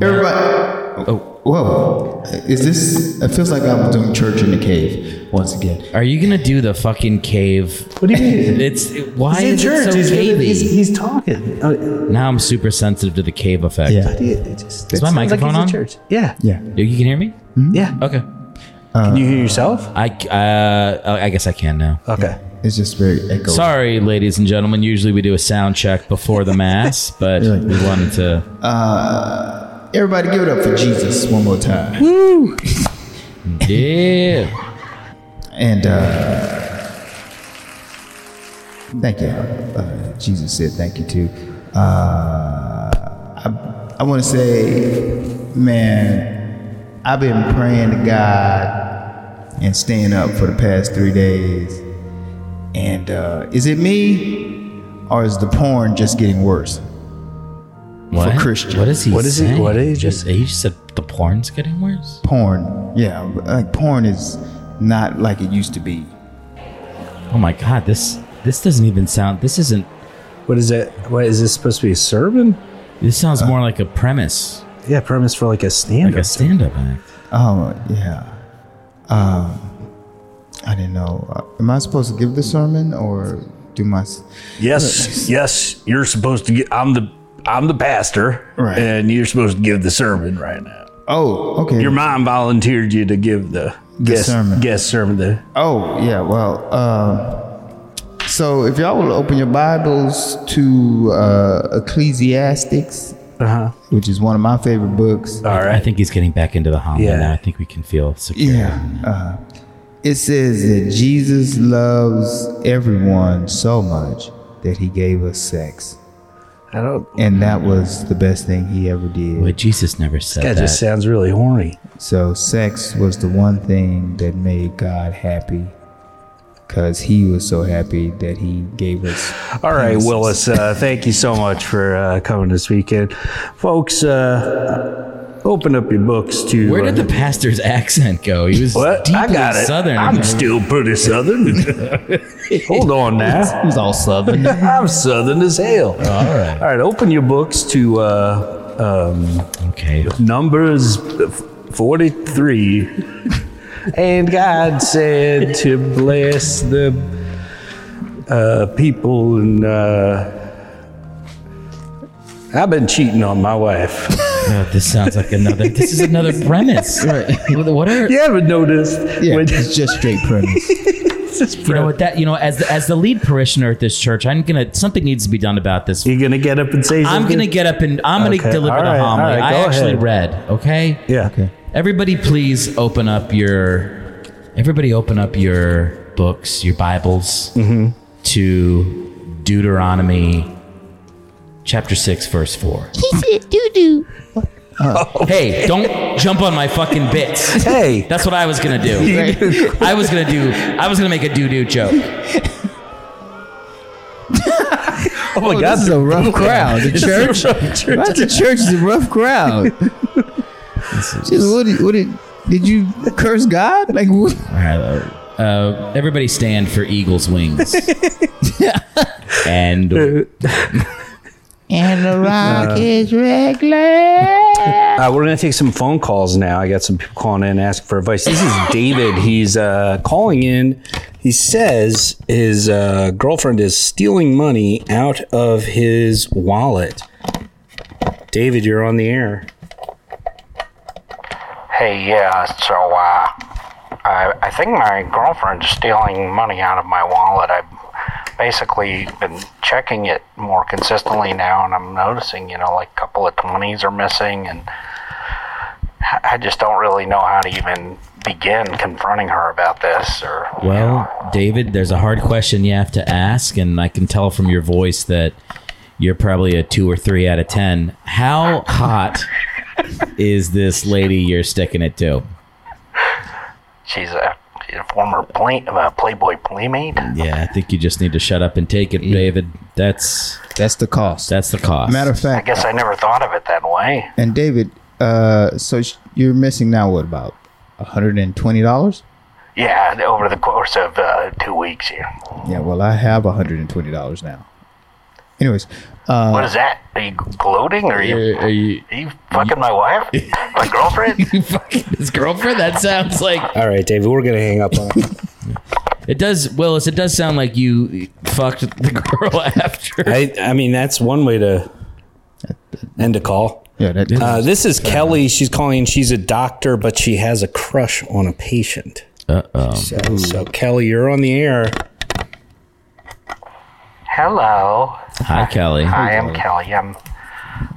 [SPEAKER 4] Everybody. Oh, whoa. Is this? It feels like I'm doing church in the cave once again.
[SPEAKER 2] Are you gonna do the fucking cave? What do you mean? <laughs> It's it- why is it so cavey?
[SPEAKER 1] talking. Oh.
[SPEAKER 2] now I'm super sensitive to the cave effect.
[SPEAKER 4] Yeah.
[SPEAKER 2] Is my microphone on?
[SPEAKER 1] Yeah.
[SPEAKER 4] Yeah.
[SPEAKER 2] You can hear me?
[SPEAKER 1] Yeah.
[SPEAKER 2] Okay.
[SPEAKER 1] Can you hear yourself?
[SPEAKER 2] I uh, I guess I can now.
[SPEAKER 1] Okay.
[SPEAKER 4] It's just very echo.
[SPEAKER 2] Sorry, ladies and gentlemen. Usually we do a sound check before
[SPEAKER 1] <laughs>
[SPEAKER 2] the mass, but we wanted to.
[SPEAKER 4] Everybody give it up for Jesus one more time.
[SPEAKER 2] Yeah.
[SPEAKER 4] And uh, thank you. Uh, Jesus said thank you too. Uh, I, I want to say, man, I've been praying to God and staying up for the past three days. And uh, is it me or is the porn just getting worse?
[SPEAKER 2] What?
[SPEAKER 4] Christian.
[SPEAKER 2] What is he?
[SPEAKER 1] What is he-
[SPEAKER 2] saying?
[SPEAKER 1] what did he
[SPEAKER 2] just? He just said the porn's getting worse.
[SPEAKER 4] Porn, yeah, like porn is not like it used to be.
[SPEAKER 2] Oh my god! This this doesn't even sound. This isn't.
[SPEAKER 1] What is it? What is this supposed to be a sermon?
[SPEAKER 2] This sounds more like a premise,
[SPEAKER 1] Yeah, premise for like a stand
[SPEAKER 2] like a stand-up act.
[SPEAKER 4] Oh yeah. Um, I didn't know. Uh, am I supposed to give the sermon or do my? s-
[SPEAKER 1] Yes, yes. You're supposed to get. I'm the. I'm the pastor,
[SPEAKER 4] Right.
[SPEAKER 1] and you're supposed to give the sermon right now.
[SPEAKER 4] Oh, okay.
[SPEAKER 1] Your mom volunteered you to give the, guest
[SPEAKER 4] sermon.
[SPEAKER 1] Guest sermon. The
[SPEAKER 4] oh yeah. Well, um, so if y'all will open your Bibles to uh, Ecclesiastics,
[SPEAKER 1] uh huh.
[SPEAKER 4] which is one of my favorite books.
[SPEAKER 1] All
[SPEAKER 2] I
[SPEAKER 1] right.
[SPEAKER 2] think he's getting back into the homily
[SPEAKER 1] Yeah.
[SPEAKER 2] now. I think we can feel secure.
[SPEAKER 4] Yeah. Uh, it says that Jesus loves everyone so much that he gave us sex,
[SPEAKER 1] I don't.
[SPEAKER 4] and that was the best thing he ever did.
[SPEAKER 2] But Jesus never said
[SPEAKER 1] That
[SPEAKER 2] that.
[SPEAKER 1] just sounds really horny.
[SPEAKER 4] So sex was the one thing that made God happy. Cause he was so happy that he gave us
[SPEAKER 1] All right, Willis. Uh, thank you so much for uh, coming this weekend, folks. Uh, open up your books to.
[SPEAKER 2] Where
[SPEAKER 1] uh,
[SPEAKER 2] did the pastor's <laughs> accent go? He was
[SPEAKER 1] What?
[SPEAKER 2] deeply
[SPEAKER 1] I got it.
[SPEAKER 2] southern.
[SPEAKER 1] I'm still pretty southern.
[SPEAKER 2] <laughs>
[SPEAKER 1] Hold on now.
[SPEAKER 8] He's all southern.
[SPEAKER 1] I'm southern as hell.
[SPEAKER 2] All right.
[SPEAKER 1] All right, open your books to uh, um,
[SPEAKER 2] Okay.
[SPEAKER 1] Numbers 43. and God said to bless the uh, people. And uh, I've been cheating on my wife. <laughs>
[SPEAKER 2] No, this sounds like another. This is another premise. What what are?
[SPEAKER 1] you ever noticed?
[SPEAKER 4] yeah,
[SPEAKER 1] when-
[SPEAKER 4] it's just straight premise.
[SPEAKER 2] You know what? That you know, as the, as the lead parishioner at this church, I'm gonna something needs to be done about this.
[SPEAKER 1] You're going to get up and say
[SPEAKER 2] I'm
[SPEAKER 1] something?
[SPEAKER 2] gonna get up and I'm gonna
[SPEAKER 1] Okay.
[SPEAKER 2] deliver
[SPEAKER 1] All right.
[SPEAKER 2] the
[SPEAKER 1] All
[SPEAKER 2] homily.
[SPEAKER 1] right.
[SPEAKER 2] I
[SPEAKER 1] Go
[SPEAKER 2] actually
[SPEAKER 1] ahead.
[SPEAKER 2] read. Okay.
[SPEAKER 1] Yeah.
[SPEAKER 2] Everybody, please open up your. Everybody, open up your books, your Bibles,
[SPEAKER 1] Mm-hmm.
[SPEAKER 2] to Deuteronomy chapter six, verse four.
[SPEAKER 9] He said <laughs> doo doo.
[SPEAKER 2] Hey, don't jump on my fucking bits.
[SPEAKER 1] Hey.
[SPEAKER 2] That's what I was gonna do. I was gonna do. I was gonna make a doo doo joke.
[SPEAKER 1] Oh my God.
[SPEAKER 10] This is a
[SPEAKER 1] <laughs>
[SPEAKER 10] rough crowd. The church,
[SPEAKER 1] Church.
[SPEAKER 10] the church is a rough crowd. Just what? Did, what did, did you curse God? Like what?
[SPEAKER 2] All right, uh, uh, everybody, stand for Eagles <laughs> wings. and
[SPEAKER 4] and the rock is red.
[SPEAKER 1] Uh, we're going to take some phone calls now. I got some people calling in asking for advice. This is David. He's uh, calling in. He says his uh, girlfriend is stealing money out of his wallet. David, you're on the air.
[SPEAKER 11] Hey, yeah, so, uh, I, I think my girlfriend's stealing money out of my wallet. I've basically been checking it more consistently now, and I'm noticing, you know, like a couple of 20s are missing, and I I just don't really know how to even begin confronting her about this or you know.
[SPEAKER 2] well, David, there's a hard question you have to ask, and I can tell from your voice that you're probably a two or three out of ten. How hot is this lady you're sticking it to?
[SPEAKER 11] she's a, she's a former play, uh, Playboy playmate.
[SPEAKER 2] Yeah, I think you just need to shut up and take it, David. That's
[SPEAKER 4] That's the cost.
[SPEAKER 2] that's the cost.
[SPEAKER 4] Matter of
[SPEAKER 11] I
[SPEAKER 4] fact,
[SPEAKER 11] guess I never thought of it that way.
[SPEAKER 4] and David, uh, so sh- you're missing now what about hundred and twenty dollars?
[SPEAKER 11] Yeah, over the course of uh, two weeks here.
[SPEAKER 4] Yeah, well I have hundred and twenty dollars now. Anyways, uh,
[SPEAKER 11] What is that? Are you gloating? Are you,
[SPEAKER 2] Are- are you-
[SPEAKER 11] are you fucking my wife? my girlfriend?
[SPEAKER 2] you fucking his girlfriend? That sounds like
[SPEAKER 1] All right, David, we're going to hang up on
[SPEAKER 2] It does, Willis. It does sound like you fucked the <laughs> girl after.
[SPEAKER 1] I, I mean, that's one way to end a call.
[SPEAKER 4] yeah, that,
[SPEAKER 1] Uh, this is Kelly. She's calling. She's a doctor, but she has a crush on a patient.
[SPEAKER 2] Uh oh.
[SPEAKER 1] So, so Kelly, you're on the air.
[SPEAKER 11] Hello.
[SPEAKER 2] Hi, Kelly.
[SPEAKER 11] Hi, I'm Kelly. I'm.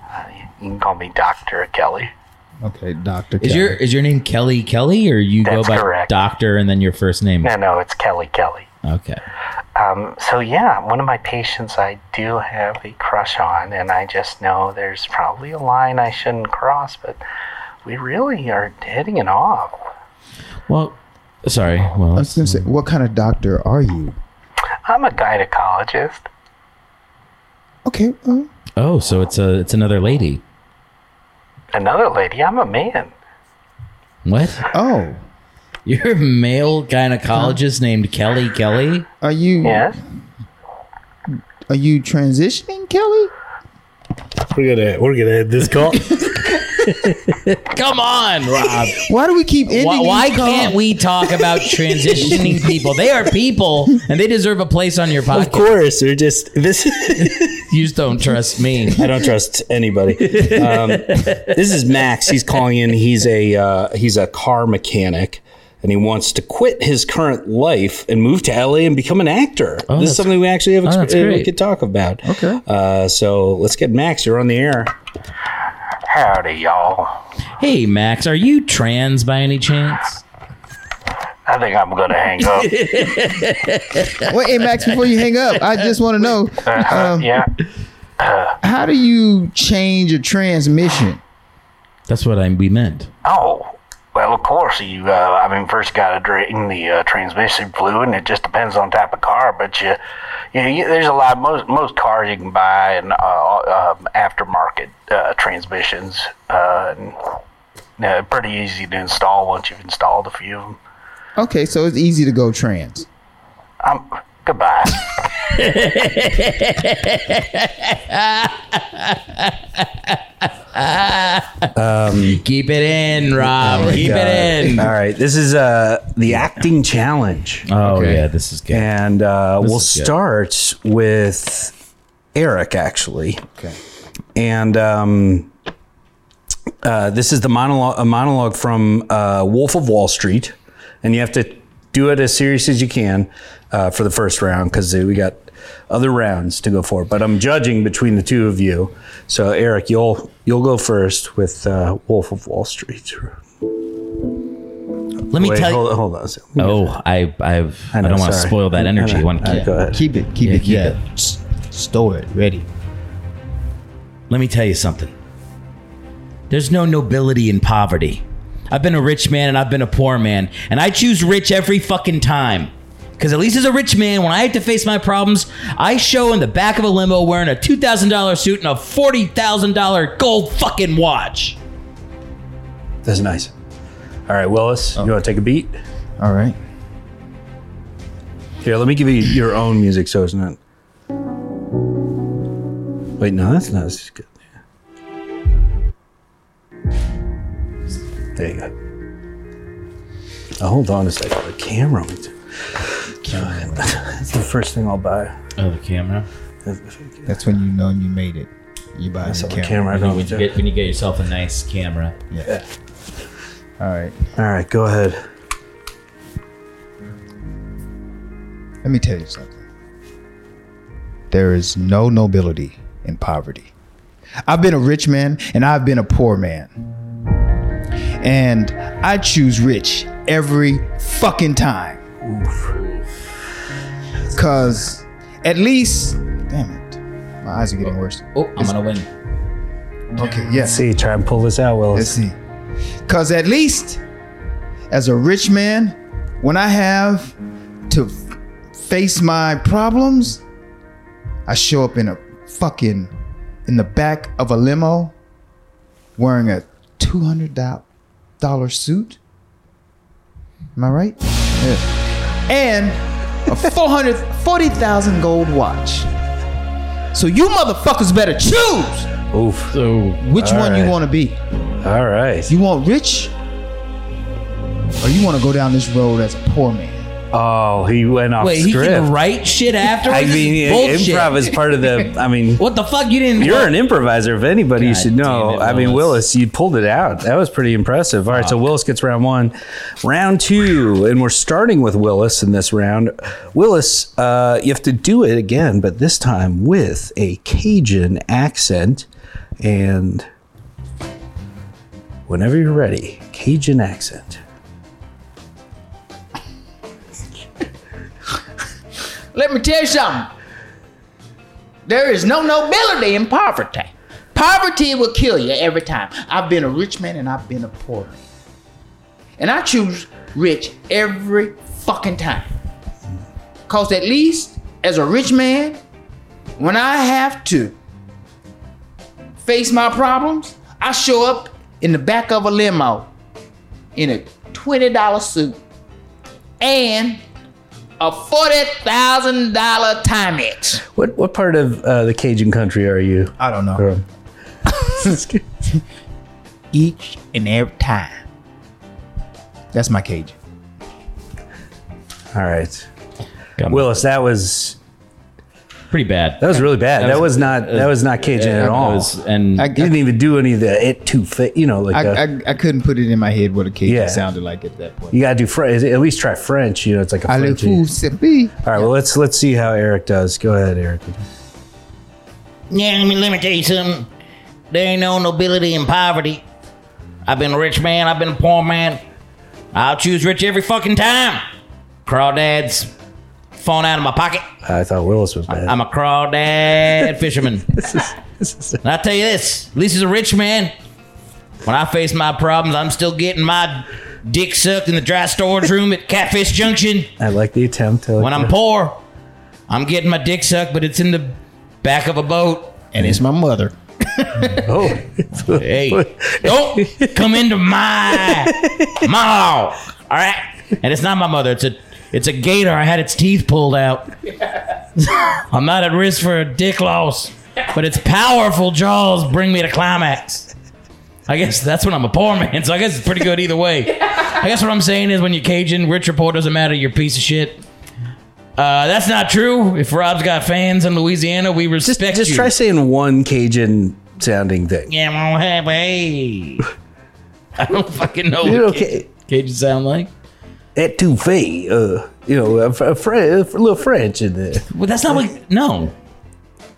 [SPEAKER 11] Uh, you can call me Doctor Kelly.
[SPEAKER 4] Okay, Doctor.
[SPEAKER 2] Is your is your name Kelly Kelly or you
[SPEAKER 11] That's
[SPEAKER 2] go by
[SPEAKER 11] correct.
[SPEAKER 2] doctor and then your first name?
[SPEAKER 11] No, no, it's Kelly Kelly.
[SPEAKER 2] Okay.
[SPEAKER 11] Um, so yeah, one of my patients I do have a crush on, and I just know there's probably a line I shouldn't cross, but we really are hitting it off.
[SPEAKER 2] Well, sorry. Well,
[SPEAKER 4] I was gonna say, what kind of doctor are you?
[SPEAKER 11] I'm a gynecologist.
[SPEAKER 4] <laughs> Okay, uh,
[SPEAKER 2] oh, so it's a it's another lady.
[SPEAKER 11] Another lady, I'm a man.
[SPEAKER 2] What?
[SPEAKER 4] oh,
[SPEAKER 2] You're a male gynecologist named Kelly Kelly?
[SPEAKER 4] are you
[SPEAKER 11] Yes.
[SPEAKER 4] are you transitioning, Kelly?
[SPEAKER 1] We're gonna we're gonna end this call.
[SPEAKER 2] Come on,
[SPEAKER 4] <laughs>
[SPEAKER 2] Rob.
[SPEAKER 4] Why do we keep ending?
[SPEAKER 2] why
[SPEAKER 4] these
[SPEAKER 2] why
[SPEAKER 4] calls?
[SPEAKER 2] can't we talk
[SPEAKER 4] <laughs>
[SPEAKER 2] about transitioning people? They are people and they deserve a place on your
[SPEAKER 1] of
[SPEAKER 2] podcast.
[SPEAKER 1] course, they're just this. <laughs>
[SPEAKER 2] You just don't trust me.
[SPEAKER 1] I don't trust anybody. Um, this is Max. He's calling in. He's a uh, he's a car mechanic, and he wants to quit his current life and move to LA and become an actor. this is
[SPEAKER 2] that's-
[SPEAKER 1] something we actually have
[SPEAKER 2] oh,
[SPEAKER 1] exp-
[SPEAKER 2] that's
[SPEAKER 1] uh, we
[SPEAKER 2] great.
[SPEAKER 1] could talk about.
[SPEAKER 4] Okay.
[SPEAKER 1] Uh, so let's get Max. You're on the air.
[SPEAKER 11] Howdy, y'all.
[SPEAKER 2] Hey, Max, are you trans by any chance?
[SPEAKER 11] I think I'm gonna hang up.
[SPEAKER 4] Wait, hey, Max, before you hang up, I just want to know
[SPEAKER 11] Uh, yeah.
[SPEAKER 4] how do you change a transmission?
[SPEAKER 2] That's what I we meant.
[SPEAKER 11] Oh, well, of course you. Uh, I mean, first got to drain the uh, transmission fluid, and it just depends on type of car. But you, you, you there's a lot. Most most cars you can buy and uh, um, aftermarket uh, transmissions, uh, and uh, pretty easy to install once you've installed a few of them.
[SPEAKER 4] Okay, so it's easy to go trans.
[SPEAKER 11] Um, goodbye.
[SPEAKER 2] Keep it in, Rob. Keep it in.
[SPEAKER 1] All right. This is uh, the acting challenge,
[SPEAKER 2] Oh
[SPEAKER 4] Okay.
[SPEAKER 2] yeah, this is good.
[SPEAKER 1] and uh, we'll
[SPEAKER 2] is good.
[SPEAKER 1] start with Eric actually.
[SPEAKER 4] Okay.
[SPEAKER 1] and um, uh, this is the monologue, a monologue from uh, Wolf of Wall Street, and you have to do it as serious as you can uh, for the first round because we got other rounds to go for. But I'm judging between the two of you, so Eric, you'll you'll go first with uh, Wolf of Wall Street.
[SPEAKER 2] Let me
[SPEAKER 1] Wait,
[SPEAKER 2] tell you.
[SPEAKER 1] hold, hold on. a second.
[SPEAKER 2] Oh, I I've, I,
[SPEAKER 1] know,
[SPEAKER 2] don't want to
[SPEAKER 1] sorry.
[SPEAKER 2] spoil that energy.
[SPEAKER 1] I know.
[SPEAKER 2] One
[SPEAKER 1] All right, go ahead.
[SPEAKER 4] Keep it, keep
[SPEAKER 2] Yeah,
[SPEAKER 4] it, keep
[SPEAKER 2] yeah.
[SPEAKER 4] it. S- Store it, ready.
[SPEAKER 2] Let me tell you something. There's no nobility in poverty. I've been a rich man and I've been a poor man, and I choose rich every fucking time. Because at least as a rich man, when I have to face my problems, I show in the back of a limo wearing a $2,000 suit and a $40,000 gold fucking watch.
[SPEAKER 1] That's nice. All right, Willis, you want to take a beat?
[SPEAKER 4] All right.
[SPEAKER 1] Here, let me give you your own music so it's not. Wait, no, that's not as good. There you go. Now, hold on a second. The camera. went- <laughs> That's the first thing I'll buy.
[SPEAKER 2] Oh, the camera.
[SPEAKER 4] That's when you know you made it. You buy
[SPEAKER 1] I
[SPEAKER 4] the
[SPEAKER 1] saw the
[SPEAKER 4] camera.
[SPEAKER 1] camera. I don't have to-
[SPEAKER 2] when you get yourself a nice camera.
[SPEAKER 4] All right.
[SPEAKER 1] All right, go ahead.
[SPEAKER 4] Let me tell you something. There is no nobility in poverty. I've been a rich man and I've been a poor man. And I choose rich every fucking time. Cause at least damn it. My eyes are getting worse.
[SPEAKER 2] Oh, I'm gonna win.
[SPEAKER 4] Okay, yes.
[SPEAKER 1] See, try and pull this out, Willis.
[SPEAKER 4] Let's see. Cause at least as a rich man, when I have to f- face my problems, I show up in a fucking in the back of a limo wearing a two hundred dollar suit. Am I right? Yeah. And
[SPEAKER 1] <laughs>
[SPEAKER 4] a 400 40,000 gold watch. So you motherfuckers better choose
[SPEAKER 1] Oof.
[SPEAKER 4] which
[SPEAKER 1] All
[SPEAKER 4] one
[SPEAKER 1] right.
[SPEAKER 4] you want to be.
[SPEAKER 1] All right.
[SPEAKER 4] You want rich? Or you want to go down this road as a poor man?
[SPEAKER 1] Oh, he went off
[SPEAKER 2] Wait, he
[SPEAKER 1] script.
[SPEAKER 2] can write shit
[SPEAKER 1] <laughs>
[SPEAKER 2] afterwards.
[SPEAKER 1] I
[SPEAKER 2] This is
[SPEAKER 1] mean,
[SPEAKER 2] bullshit.
[SPEAKER 1] improv is part of the. I mean,
[SPEAKER 2] <laughs> What the fuck? You didn't.
[SPEAKER 1] You're an improviser. If anybody, you
[SPEAKER 2] God
[SPEAKER 1] should know.
[SPEAKER 2] damn it,
[SPEAKER 1] I mean, Willis,
[SPEAKER 2] Willis.
[SPEAKER 1] you pulled it out. That was pretty impressive. All right, so Willis gets round one, round two, and we're starting with Willis in this round. Willis, uh, you have to do it again, but this time with a Cajun accent. And whenever you're ready, Cajun accent.
[SPEAKER 3] Let me tell you something. There is no nobility in poverty. Poverty will kill you every time. I've been a rich man and I've been a poor man. And I choose rich every fucking time. Because at least as a rich man, when I have to face my problems, I show up in the back of a limo in a $20 suit and a $40,000 Timex.
[SPEAKER 1] What what part of uh, the Cajun country are you?
[SPEAKER 4] I
[SPEAKER 1] <laughs>
[SPEAKER 4] don't know.
[SPEAKER 1] from?
[SPEAKER 4] Each and every time. That's my cage.
[SPEAKER 1] All right,
[SPEAKER 2] Got me.
[SPEAKER 1] Willis, that was
[SPEAKER 2] pretty bad.
[SPEAKER 1] That was really bad. That,
[SPEAKER 2] was-
[SPEAKER 1] was, not that was not Cajun at all.
[SPEAKER 2] was- and
[SPEAKER 1] you didn't even do any of the it too fit. You know, like uh,
[SPEAKER 4] I,
[SPEAKER 1] the-
[SPEAKER 4] I, I couldn't put it in my head what a cage
[SPEAKER 1] Yeah.
[SPEAKER 4] sounded like at that point.
[SPEAKER 1] you gotta do French. At least try French. You know, it's like a
[SPEAKER 4] Allez,
[SPEAKER 1] French.
[SPEAKER 4] vous, c'est bien.
[SPEAKER 1] All right, well let's let's see how Eric does. Go ahead, Eric.
[SPEAKER 12] Yeah, I mean, let me tell you something. There ain't no nobility in poverty. I've been a rich man, I've been a poor man. I'll choose rich every fucking time. Crawdads, phone out of my pocket.
[SPEAKER 1] I thought Willis was bad.
[SPEAKER 12] I'm a crawdad fisherman.
[SPEAKER 1] <laughs> this is, this is
[SPEAKER 12] And I tell you this, at least as a rich man, when I face my problems, I'm still getting my dick sucked in the dry storage room at Catfish Junction.
[SPEAKER 1] I like the attempt. I like
[SPEAKER 12] When
[SPEAKER 1] the-
[SPEAKER 12] I'm poor, I'm getting my dick sucked, but it's in the back of a boat.
[SPEAKER 4] And it's my mother.
[SPEAKER 12] <laughs>
[SPEAKER 1] oh, <laughs>
[SPEAKER 12] Hey, don't come into my mall. All right, and it's not my mother. It's a it's a gator. I had its teeth pulled out. <laughs> I'm not at risk for a dick loss, but its powerful jaws bring me to climax. I guess that's when I'm a poor man, so I guess it's pretty good either way. I guess what I'm saying is when you're Cajun, rich or poor doesn't matter. You're a piece of shit. Uh, that's not true. If Rob's got fans in Louisiana, we
[SPEAKER 1] just
[SPEAKER 12] respect
[SPEAKER 1] just
[SPEAKER 12] you.
[SPEAKER 1] try saying one Cajun sounding thing.
[SPEAKER 12] Yeah, I'm gonna have
[SPEAKER 2] <laughs>
[SPEAKER 12] a. I don't fucking know.
[SPEAKER 1] You know,
[SPEAKER 12] what
[SPEAKER 1] okay,
[SPEAKER 2] Cajun sound like.
[SPEAKER 1] et tu fait? Uh, you know, a, fr- a, fr- a little French
[SPEAKER 12] <laughs>
[SPEAKER 1] in there.
[SPEAKER 12] Well, that's not what. No,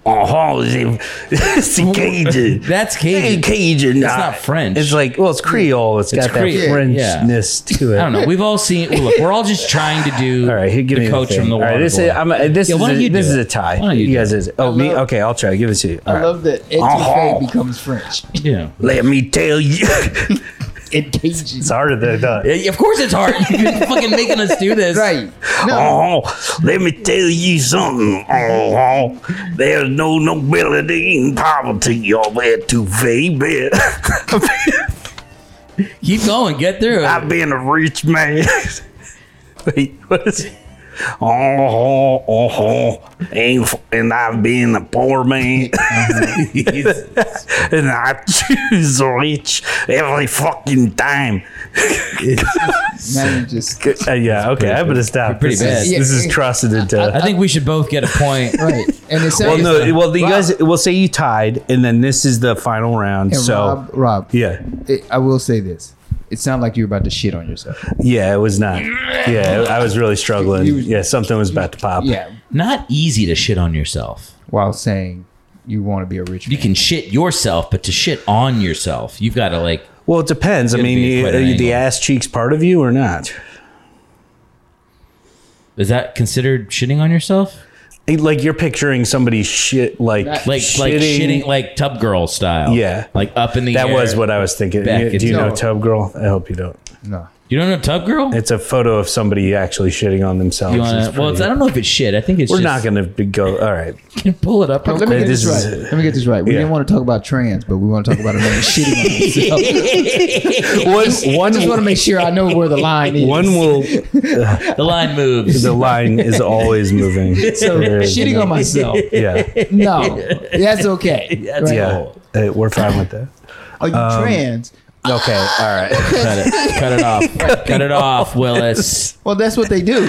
[SPEAKER 1] Oh, <laughs> it's the Cajun.
[SPEAKER 2] That's
[SPEAKER 1] Hey,
[SPEAKER 2] Cajun.
[SPEAKER 1] Cajun. It's
[SPEAKER 2] not French.
[SPEAKER 1] It's like, well, it's Creole. It's got
[SPEAKER 2] Creole,
[SPEAKER 1] that Frenchness to it.
[SPEAKER 2] I don't know. We've all seen. well, Look, we're all just trying to do.
[SPEAKER 1] All right, here, give
[SPEAKER 2] the
[SPEAKER 1] me
[SPEAKER 2] coach
[SPEAKER 1] thing.
[SPEAKER 2] from the
[SPEAKER 1] All
[SPEAKER 2] water.
[SPEAKER 1] right, this is,
[SPEAKER 2] boy.
[SPEAKER 1] I'm a, this
[SPEAKER 2] Yeah,
[SPEAKER 1] is
[SPEAKER 2] why
[SPEAKER 1] a,
[SPEAKER 2] don't you do
[SPEAKER 1] this is
[SPEAKER 2] it?
[SPEAKER 1] a tie.
[SPEAKER 2] Why don't you do
[SPEAKER 1] guys
[SPEAKER 2] it?
[SPEAKER 1] is oh me okay. I'll try. Give it to you. All
[SPEAKER 4] I
[SPEAKER 1] right.
[SPEAKER 4] love that
[SPEAKER 1] Uh-huh.
[SPEAKER 4] etouffee becomes French.
[SPEAKER 2] yeah.
[SPEAKER 1] Let me tell
[SPEAKER 2] <laughs>
[SPEAKER 1] you,
[SPEAKER 4] It Cajun.
[SPEAKER 1] it's harder than that.
[SPEAKER 2] Yeah, Of course, it's hard. <laughs> You're fucking making us do this.
[SPEAKER 4] Right.
[SPEAKER 1] Uh-huh.
[SPEAKER 7] Oh, let me tell you something. Oh, there's no nobility in poverty. Y'all were too
[SPEAKER 1] <laughs>
[SPEAKER 7] baby.
[SPEAKER 2] Keep going. Get through. it.
[SPEAKER 7] I've been a rich man. <laughs> Wait, what is it? Oh, oh, oh, and, f- and I've been a poor man.
[SPEAKER 1] Uh-huh.
[SPEAKER 7] <laughs> and I choose rich every fucking
[SPEAKER 1] <laughs>
[SPEAKER 7] time.
[SPEAKER 4] Now you just
[SPEAKER 1] Uh, yeah. <laughs> Okay. I'm gonna stop.
[SPEAKER 2] pretty
[SPEAKER 1] this Is,
[SPEAKER 2] bad.
[SPEAKER 1] this is crossing into.
[SPEAKER 2] I think we should both get
[SPEAKER 1] <laughs>
[SPEAKER 2] a point.
[SPEAKER 4] right, and it
[SPEAKER 1] well,
[SPEAKER 4] sounds
[SPEAKER 1] no. Well, you
[SPEAKER 4] Rob-
[SPEAKER 1] guys. We'll say you tied, and then this is the final round.
[SPEAKER 4] and
[SPEAKER 1] so
[SPEAKER 4] Rob, Rob,
[SPEAKER 1] yeah,
[SPEAKER 4] it- I will say this: it sounded like you were about to shit on yourself.
[SPEAKER 1] yeah. It was not. Yeah, I was really struggling.
[SPEAKER 4] You-
[SPEAKER 1] yeah, something was about to pop.
[SPEAKER 4] Yeah,
[SPEAKER 2] Not easy to shit on yourself.
[SPEAKER 4] while saying you want to be a rich
[SPEAKER 2] You
[SPEAKER 4] man.
[SPEAKER 2] can shit yourself, but to shit on yourself, you've got to like.
[SPEAKER 1] Well, it depends. I
[SPEAKER 2] Gotta
[SPEAKER 1] mean,
[SPEAKER 2] be
[SPEAKER 1] you,
[SPEAKER 2] quite
[SPEAKER 1] are
[SPEAKER 2] an
[SPEAKER 1] you the
[SPEAKER 2] angle.
[SPEAKER 1] ass cheeks part of you or not?
[SPEAKER 2] Is that considered shitting on yourself?
[SPEAKER 1] Like you're picturing somebody shit like
[SPEAKER 2] Like like shitting like tub girl style.
[SPEAKER 1] Yeah.
[SPEAKER 2] Like up in the
[SPEAKER 1] That
[SPEAKER 2] air.
[SPEAKER 1] was what I was thinking.
[SPEAKER 2] Back
[SPEAKER 1] You-
[SPEAKER 2] in-
[SPEAKER 1] Do you know
[SPEAKER 4] No.
[SPEAKER 1] Tub Girl? I hope you don't.
[SPEAKER 4] No,
[SPEAKER 2] You don't know tub girl?
[SPEAKER 1] It's a photo of somebody actually shitting on themselves.
[SPEAKER 2] You wanna-
[SPEAKER 1] It's
[SPEAKER 2] well, it's, I
[SPEAKER 1] pretty-
[SPEAKER 2] don't know if it's shit. I think it's
[SPEAKER 1] we're
[SPEAKER 2] just,
[SPEAKER 1] not going to go. All right.
[SPEAKER 2] <laughs> Can pull it up.
[SPEAKER 4] But
[SPEAKER 2] real
[SPEAKER 4] let me
[SPEAKER 2] quick.
[SPEAKER 4] get
[SPEAKER 1] This
[SPEAKER 4] this,
[SPEAKER 1] is-
[SPEAKER 4] right. Let me get this right. We
[SPEAKER 1] Yeah.
[SPEAKER 4] didn't want to talk about trans, but we want to talk about a man shitting on <laughs> himself.
[SPEAKER 1] One,
[SPEAKER 4] I just want to
[SPEAKER 1] one,
[SPEAKER 4] make sure I know where the line <laughs> is.
[SPEAKER 1] one will.
[SPEAKER 2] The line moves. <laughs>
[SPEAKER 1] The line <laughs> is always moving.
[SPEAKER 4] so
[SPEAKER 1] There is
[SPEAKER 4] shitting
[SPEAKER 1] no- <laughs>
[SPEAKER 4] on myself.
[SPEAKER 2] <laughs>
[SPEAKER 1] Yeah.
[SPEAKER 4] <laughs> No, that's okay.
[SPEAKER 2] That's <laughs>
[SPEAKER 4] Right.
[SPEAKER 1] Yeah. Uh, we're fine with that.
[SPEAKER 3] Um,
[SPEAKER 4] Are you trans?
[SPEAKER 1] Okay, all right.
[SPEAKER 2] Cut it. Cut
[SPEAKER 1] <laughs>
[SPEAKER 2] it off. Cut it off, Willis.
[SPEAKER 4] Well, that's what they do.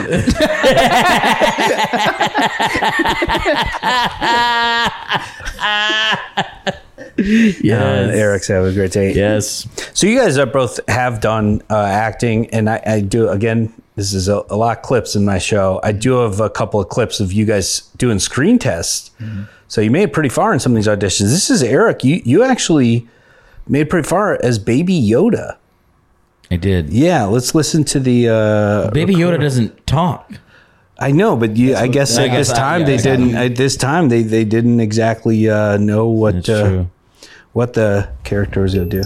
[SPEAKER 1] Uh, Eric's having a great day.
[SPEAKER 2] Yes.
[SPEAKER 1] So you guys are both have done uh, acting, and I, I do again. This is a, a lot of clips in my show. I do have a couple of clips of you guys doing screen tests.
[SPEAKER 2] Mm-hmm.
[SPEAKER 1] So you made it pretty far in some of these auditions. This is Eric. You you actually made it pretty far as Baby Yoda.
[SPEAKER 2] I did.
[SPEAKER 1] Yeah, let's listen to the. Uh,
[SPEAKER 2] Baby Yoda doesn't talk.
[SPEAKER 1] I know, but you, I guess
[SPEAKER 2] I
[SPEAKER 1] at
[SPEAKER 2] guess
[SPEAKER 1] this
[SPEAKER 2] I-
[SPEAKER 1] time
[SPEAKER 2] yeah,
[SPEAKER 1] they
[SPEAKER 2] I got
[SPEAKER 1] didn't. At this time they they didn't exactly uh, know what
[SPEAKER 2] That's
[SPEAKER 1] uh,
[SPEAKER 2] true.
[SPEAKER 1] what the character was gonna do.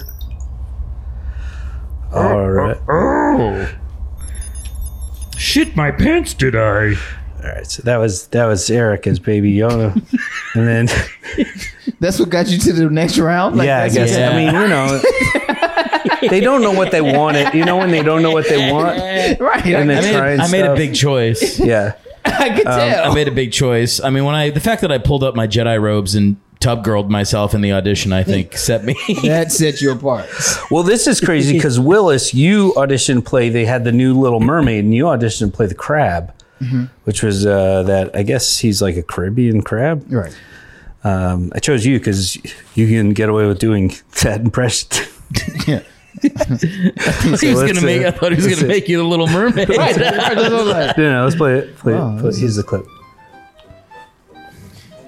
[SPEAKER 1] All right.
[SPEAKER 13] Oh. Shit my pants, did I?
[SPEAKER 1] All right, so that was that was Eric as Baby Yoda, and
[SPEAKER 4] <laughs>
[SPEAKER 1] then
[SPEAKER 4] That's what got you to the next round. Like,
[SPEAKER 1] yeah, I
[SPEAKER 4] that's
[SPEAKER 1] guess
[SPEAKER 2] yeah.
[SPEAKER 1] I mean you know
[SPEAKER 2] <laughs>
[SPEAKER 1] they don't know what they want. It you know when they don't know what they want
[SPEAKER 4] what- right. I,
[SPEAKER 1] and um,
[SPEAKER 2] I
[SPEAKER 1] they
[SPEAKER 2] made,
[SPEAKER 1] try and
[SPEAKER 2] I made a
[SPEAKER 1] stuff.
[SPEAKER 2] big choice.
[SPEAKER 1] yeah.
[SPEAKER 4] I could tell.
[SPEAKER 2] I made a big choice. I mean, when I the fact that I pulled up my Jedi robes and tub girled myself in the audition, I think set me. <laughs>
[SPEAKER 4] that set you apart.
[SPEAKER 1] Well, this is crazy because Willis, you auditioned play. They had the new Little Mermaid, and you auditioned play the crab,
[SPEAKER 4] Mm-hmm.
[SPEAKER 1] which was uh, that I guess he's like a Caribbean crab.
[SPEAKER 4] Right.
[SPEAKER 1] Um, I chose you because you can get away with doing that impression. <laughs>
[SPEAKER 2] I thought <laughs> he was
[SPEAKER 1] let's,
[SPEAKER 2] gonna make.
[SPEAKER 1] uh,
[SPEAKER 2] I thought he was
[SPEAKER 1] let's
[SPEAKER 2] gonna
[SPEAKER 1] see.
[SPEAKER 2] make you the Little <laughs> Mermaid.
[SPEAKER 1] no, no, let's play it. Play
[SPEAKER 4] Wow,
[SPEAKER 1] it. Play,
[SPEAKER 4] Oh, this
[SPEAKER 1] here's the clip.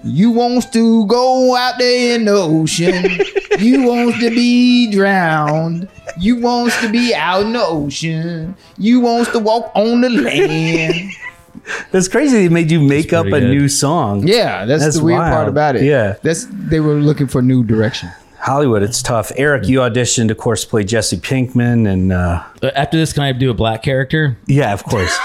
[SPEAKER 4] You wants to go out there in the ocean. you wants to be drowned. You wants to be out in the ocean. You wants to walk on the land.
[SPEAKER 1] <laughs> That's crazy. They made you make up a
[SPEAKER 2] pretty good.
[SPEAKER 1] new song.
[SPEAKER 4] Yeah, that's,
[SPEAKER 1] That's
[SPEAKER 4] the weird
[SPEAKER 1] wild.
[SPEAKER 4] part about it.
[SPEAKER 1] Yeah.
[SPEAKER 4] That's they were looking for new direction.
[SPEAKER 1] Hollywood, it's tough. Eric, you auditioned, of course, to play Jesse Pinkman, and uh,
[SPEAKER 2] Uh, After this, can I do a black character?
[SPEAKER 1] yeah, of course.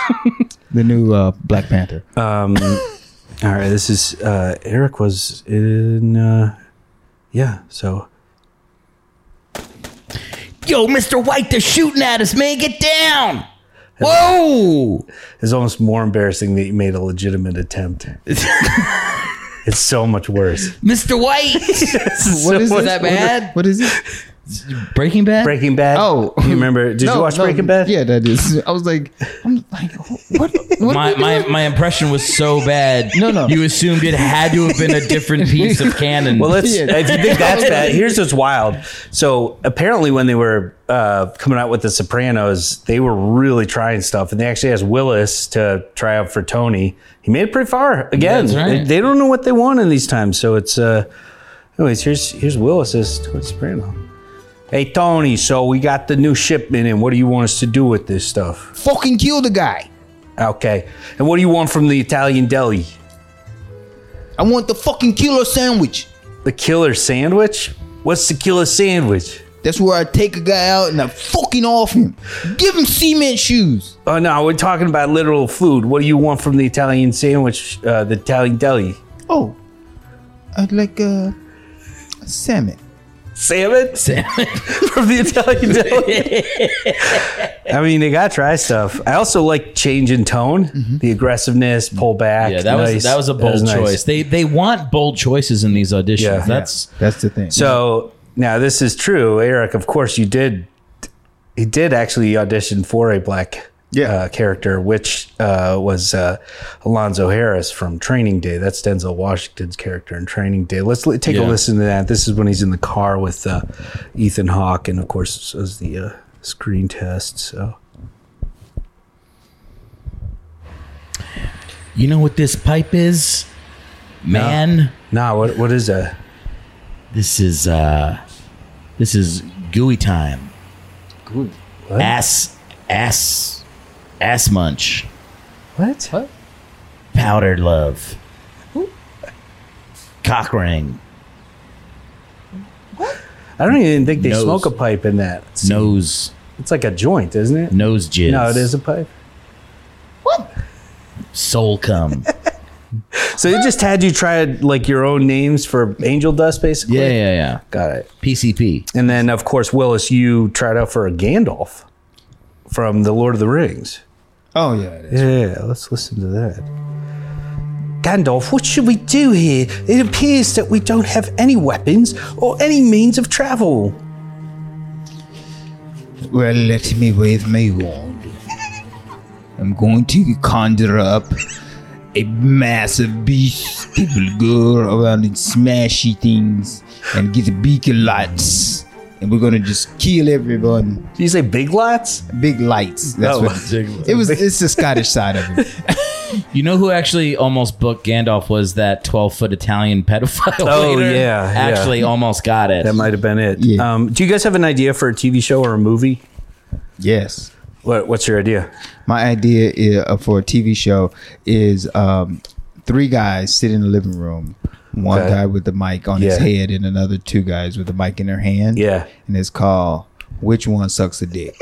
[SPEAKER 4] The new uh, Black Panther.
[SPEAKER 1] <laughs> All right, this is uh, Eric was in, uh, yeah. So
[SPEAKER 12] Yo, Mr. White, they're shooting at us, man. Get down. Whoa.
[SPEAKER 1] it's almost more embarrassing that you made a
[SPEAKER 12] <laughs>
[SPEAKER 1] legitimate attempt. it's so much worse.
[SPEAKER 12] Mr.
[SPEAKER 1] <laughs>
[SPEAKER 12] White.
[SPEAKER 4] What
[SPEAKER 12] Was
[SPEAKER 4] is this?
[SPEAKER 12] that
[SPEAKER 1] Uh,
[SPEAKER 12] bad?
[SPEAKER 4] What is it?
[SPEAKER 2] Breaking Bad.
[SPEAKER 1] Breaking Bad.
[SPEAKER 4] Oh.
[SPEAKER 1] <laughs> you remember? Did you
[SPEAKER 4] No,
[SPEAKER 1] watch
[SPEAKER 4] no,
[SPEAKER 1] Breaking Bad?
[SPEAKER 4] Yeah, that is. I was like, I'm like, what? what
[SPEAKER 2] my,
[SPEAKER 4] are we
[SPEAKER 2] my,
[SPEAKER 4] doing?
[SPEAKER 2] my impression was so bad.
[SPEAKER 4] <laughs> No, no.
[SPEAKER 2] You assumed it had to have been a
[SPEAKER 4] <laughs>
[SPEAKER 2] different piece of canon.
[SPEAKER 1] Well,
[SPEAKER 2] <laughs>
[SPEAKER 1] let's.
[SPEAKER 4] Yeah.
[SPEAKER 1] If you think that's bad, here's what's wild. So apparently, when they were uh, coming out with The Sopranos, they were really trying stuff, and they actually asked Willis to try out for Tony. He made it pretty far again.
[SPEAKER 2] That's right.
[SPEAKER 1] they, they don't know what they want in these times, so it's. Uh, anyways, here's here's Willis as Tony Soprano. Hey Tony, so we got the new shipment, and what do you want us to do with this stuff?
[SPEAKER 4] fucking kill the guy.
[SPEAKER 1] Okay, and what do you want from the Italian deli?
[SPEAKER 4] I want the fucking killer sandwich.
[SPEAKER 1] The killer sandwich? What's the killer sandwich?
[SPEAKER 4] That's where I take a guy out and I fucking off him. Give him cement shoes.
[SPEAKER 1] Oh no, we're talking about literal food. What do you want from the Italian sandwich, uh, the Italian deli?
[SPEAKER 4] Oh, I'd like uh, a salmon.
[SPEAKER 1] Salmon <laughs> from the Italian deli.
[SPEAKER 2] <laughs>
[SPEAKER 1] I mean, they got to try stuff. I also like change in tone, the aggressiveness, pull back.
[SPEAKER 2] Mm-hmm. yeah, that
[SPEAKER 1] nice.
[SPEAKER 2] was that was a bold
[SPEAKER 1] nice.
[SPEAKER 2] choice. They they want bold choices in these auditions.
[SPEAKER 1] Yeah.
[SPEAKER 2] That's
[SPEAKER 4] That's the thing.
[SPEAKER 1] So now this is true, Eric. Of course, you did. He did actually audition for a black
[SPEAKER 4] Yeah.
[SPEAKER 1] uh, character, which uh, was uh, Alonzo Harris from Training Day. That's Denzel Washington's character in Training Day. Let's li- take a
[SPEAKER 2] Yeah.
[SPEAKER 1] listen to that. This is when he's in the car with uh, Ethan Hawke, and of course, was the uh, screen test. So
[SPEAKER 2] you know what this pipe is, man.
[SPEAKER 1] now, what what is that?
[SPEAKER 2] This is uh this is gooey time. Gooey. Ass ass ass munch.
[SPEAKER 1] What? What?
[SPEAKER 2] Powdered love. Cock ring.
[SPEAKER 1] I don't even think they
[SPEAKER 2] Nose.
[SPEAKER 1] smoke a pipe in that. It's,
[SPEAKER 2] Nose
[SPEAKER 1] it's like a joint, isn't it?
[SPEAKER 2] nose jizz.
[SPEAKER 1] No, it is a pipe. <laughs>
[SPEAKER 2] soul cum.
[SPEAKER 1] So they just had you try like your own names for angel dust, basically.
[SPEAKER 2] yeah, yeah, yeah.
[SPEAKER 1] got it.
[SPEAKER 2] PCP.
[SPEAKER 1] And then of course Willis, you tried out for a Gandalf from the Lord of the Rings.
[SPEAKER 4] oh yeah, that's-
[SPEAKER 1] Yeah, let's listen to that. Gandalf, what should we do here? It appears that we don't have any weapons or any means of travel.
[SPEAKER 5] Well, let me wave my wand. I'm going to conjure up a massive beast. People go around and smashy things and get the beacon lights. And we're gonna just kill everyone.
[SPEAKER 1] Did you say big lots?
[SPEAKER 5] Big lights. That's
[SPEAKER 1] Oh.
[SPEAKER 5] what it was. It's the Scottish side of it.
[SPEAKER 2] You know who actually almost booked Gandalf was that 12 foot Italian pedophile.
[SPEAKER 1] Oh,
[SPEAKER 2] waiter.
[SPEAKER 1] yeah, yeah.
[SPEAKER 2] Actually almost got it.
[SPEAKER 1] That might have been it.
[SPEAKER 5] Yeah.
[SPEAKER 1] Um, do you guys have an idea for a TV show or a movie?
[SPEAKER 5] Yes.
[SPEAKER 1] What, what's your idea?
[SPEAKER 5] My idea i- uh, for a TV show is um, three guys sit in the living room. One
[SPEAKER 1] Okay.
[SPEAKER 5] guy with the mic on his
[SPEAKER 1] Yeah.
[SPEAKER 5] head, and another two guys with the mic in their hand.
[SPEAKER 1] Yeah.
[SPEAKER 5] and it's called "Which One Sucks a Dick."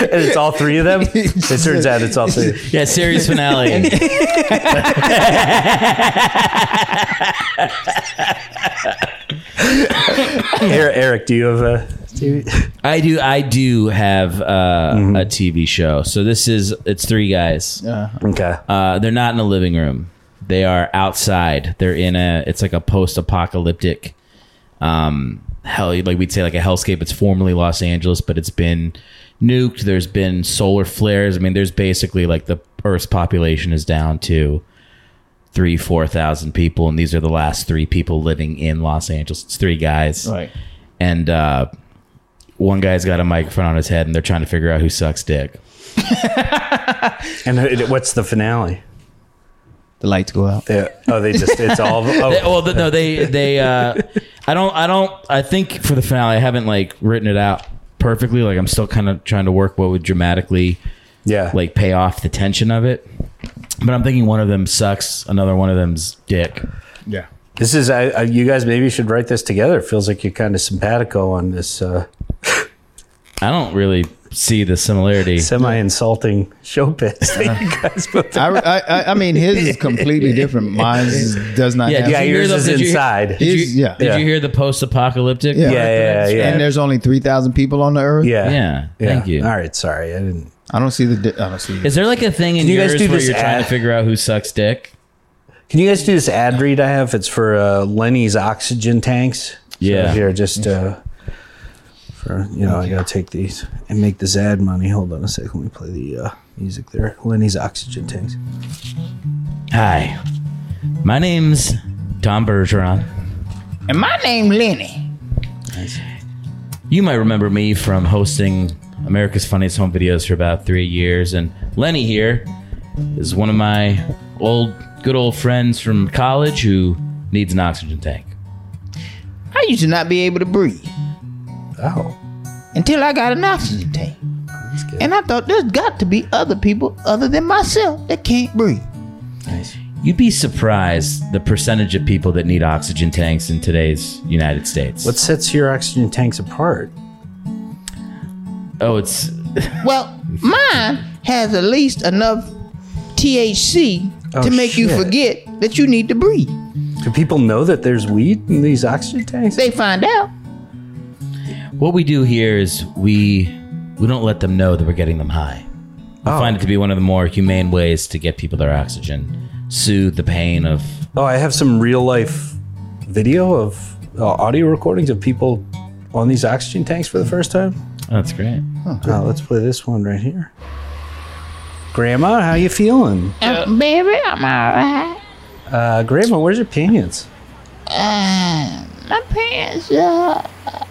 [SPEAKER 1] And it's all three of <laughs> them? it turns out it's all <laughs> three.
[SPEAKER 2] yeah, series finale.
[SPEAKER 1] <laughs> Eric, Eric, do you have a.
[SPEAKER 2] I do I do have uh,
[SPEAKER 1] Mm-hmm.
[SPEAKER 2] a TV show. So this is it's three guys.
[SPEAKER 1] Okay.
[SPEAKER 2] Uh, they're not in a living room. They are outside. They're in a. It's like a post-apocalyptic. Um, hell, like we'd say like a hellscape. It's formerly Los Angeles, but it's been nuked. There's been solar flares. I mean, there's basically like the Earth's population is down to three, four thousand people, and these are the last three people living in Los Angeles. It's three guys, right? And uh, one guy's got a microphone on his head, and they're trying to figure out who sucks dick.
[SPEAKER 1] And it- what's the finale?
[SPEAKER 5] The lights go out.
[SPEAKER 1] Yeah. Oh, they just, it's
[SPEAKER 2] <laughs>
[SPEAKER 1] all. Oh,
[SPEAKER 2] They- well, th- no,
[SPEAKER 5] <laughs>
[SPEAKER 2] they they. Uh, I don't. I don't. I think for the finale, I haven't like written it out perfectly. Like I'm still kind of trying to work what would dramatically
[SPEAKER 1] yeah.
[SPEAKER 2] like pay off the tension of it. But I'm thinking one of them sucks, another one of them's dick.
[SPEAKER 5] Yeah.
[SPEAKER 1] This is, I, I, you guys maybe should write this together. It feels like you're kind of simpatico on this uh,
[SPEAKER 2] I don't really see the similarity.
[SPEAKER 1] semi insulting show bits that you guys put
[SPEAKER 5] I, I, I- I mean, his is completely different. Mine does not.
[SPEAKER 2] Yeah,
[SPEAKER 5] have
[SPEAKER 1] Yeah,
[SPEAKER 2] you
[SPEAKER 1] yours
[SPEAKER 2] hear
[SPEAKER 1] is
[SPEAKER 2] the- did you-
[SPEAKER 1] inside.
[SPEAKER 2] Did you,
[SPEAKER 5] His- yeah.
[SPEAKER 2] did
[SPEAKER 1] Yeah.
[SPEAKER 2] you hear the post-apocalyptic?
[SPEAKER 5] Yeah.
[SPEAKER 1] Yeah, yeah, yeah.
[SPEAKER 5] And there's only three thousand people on the earth.
[SPEAKER 1] yeah.
[SPEAKER 2] Yeah, thank you.
[SPEAKER 1] All right. Sorry. I didn't.
[SPEAKER 5] I don't see the. di- I don't see.
[SPEAKER 2] Is there like a thing in
[SPEAKER 1] Can you guys
[SPEAKER 2] yours
[SPEAKER 1] do
[SPEAKER 2] where
[SPEAKER 1] this
[SPEAKER 2] you're trying
[SPEAKER 1] ad?
[SPEAKER 2] to figure out who sucks dick?
[SPEAKER 1] Can you guys do this ad read I have? It's for uh, Lenny's oxygen tanks. So
[SPEAKER 2] Yeah.
[SPEAKER 1] here, just uh, for, you know, I got to take these and make this ad money. Hold on a second. Let me play the uh, music there. Lenny's oxygen tanks.
[SPEAKER 2] Hi, my name's Tom Bergeron.
[SPEAKER 3] And my name Lenny.
[SPEAKER 2] You might remember me from hosting America's Funniest Home Videos for about three years, and Lenny here is one of my old, good old friends from college who needs an oxygen tank.
[SPEAKER 3] I used to not be able to breathe
[SPEAKER 1] Oh.
[SPEAKER 3] until I got an oxygen tank. And I thought there's got to be other people other than myself that can't breathe.
[SPEAKER 2] You'd be surprised the percentage of people that need oxygen tanks in today's United States.
[SPEAKER 1] What sets your oxygen tanks apart?
[SPEAKER 2] oh, it's
[SPEAKER 3] Well, mine has at least enough THC
[SPEAKER 1] Oh,
[SPEAKER 3] to make you
[SPEAKER 1] shit.
[SPEAKER 3] forget that you need to breathe.
[SPEAKER 1] Do people know that there's weed in these oxygen tanks?
[SPEAKER 3] They find out.
[SPEAKER 2] what we do here is we we don't let them know that we're getting them high. I find it to be one of the more humane ways to get people their oxygen, soothe the pain of
[SPEAKER 1] Oh, I have some real life video of uh, audio recordings of people on these oxygen tanks for the first time.
[SPEAKER 2] That's great.
[SPEAKER 1] Uh, let's play this one right here. Grandma, how you feeling?
[SPEAKER 3] Uh, baby, I'm alright.
[SPEAKER 1] Uh, Grandma, where's your pants?
[SPEAKER 3] Uh, my parents, uh,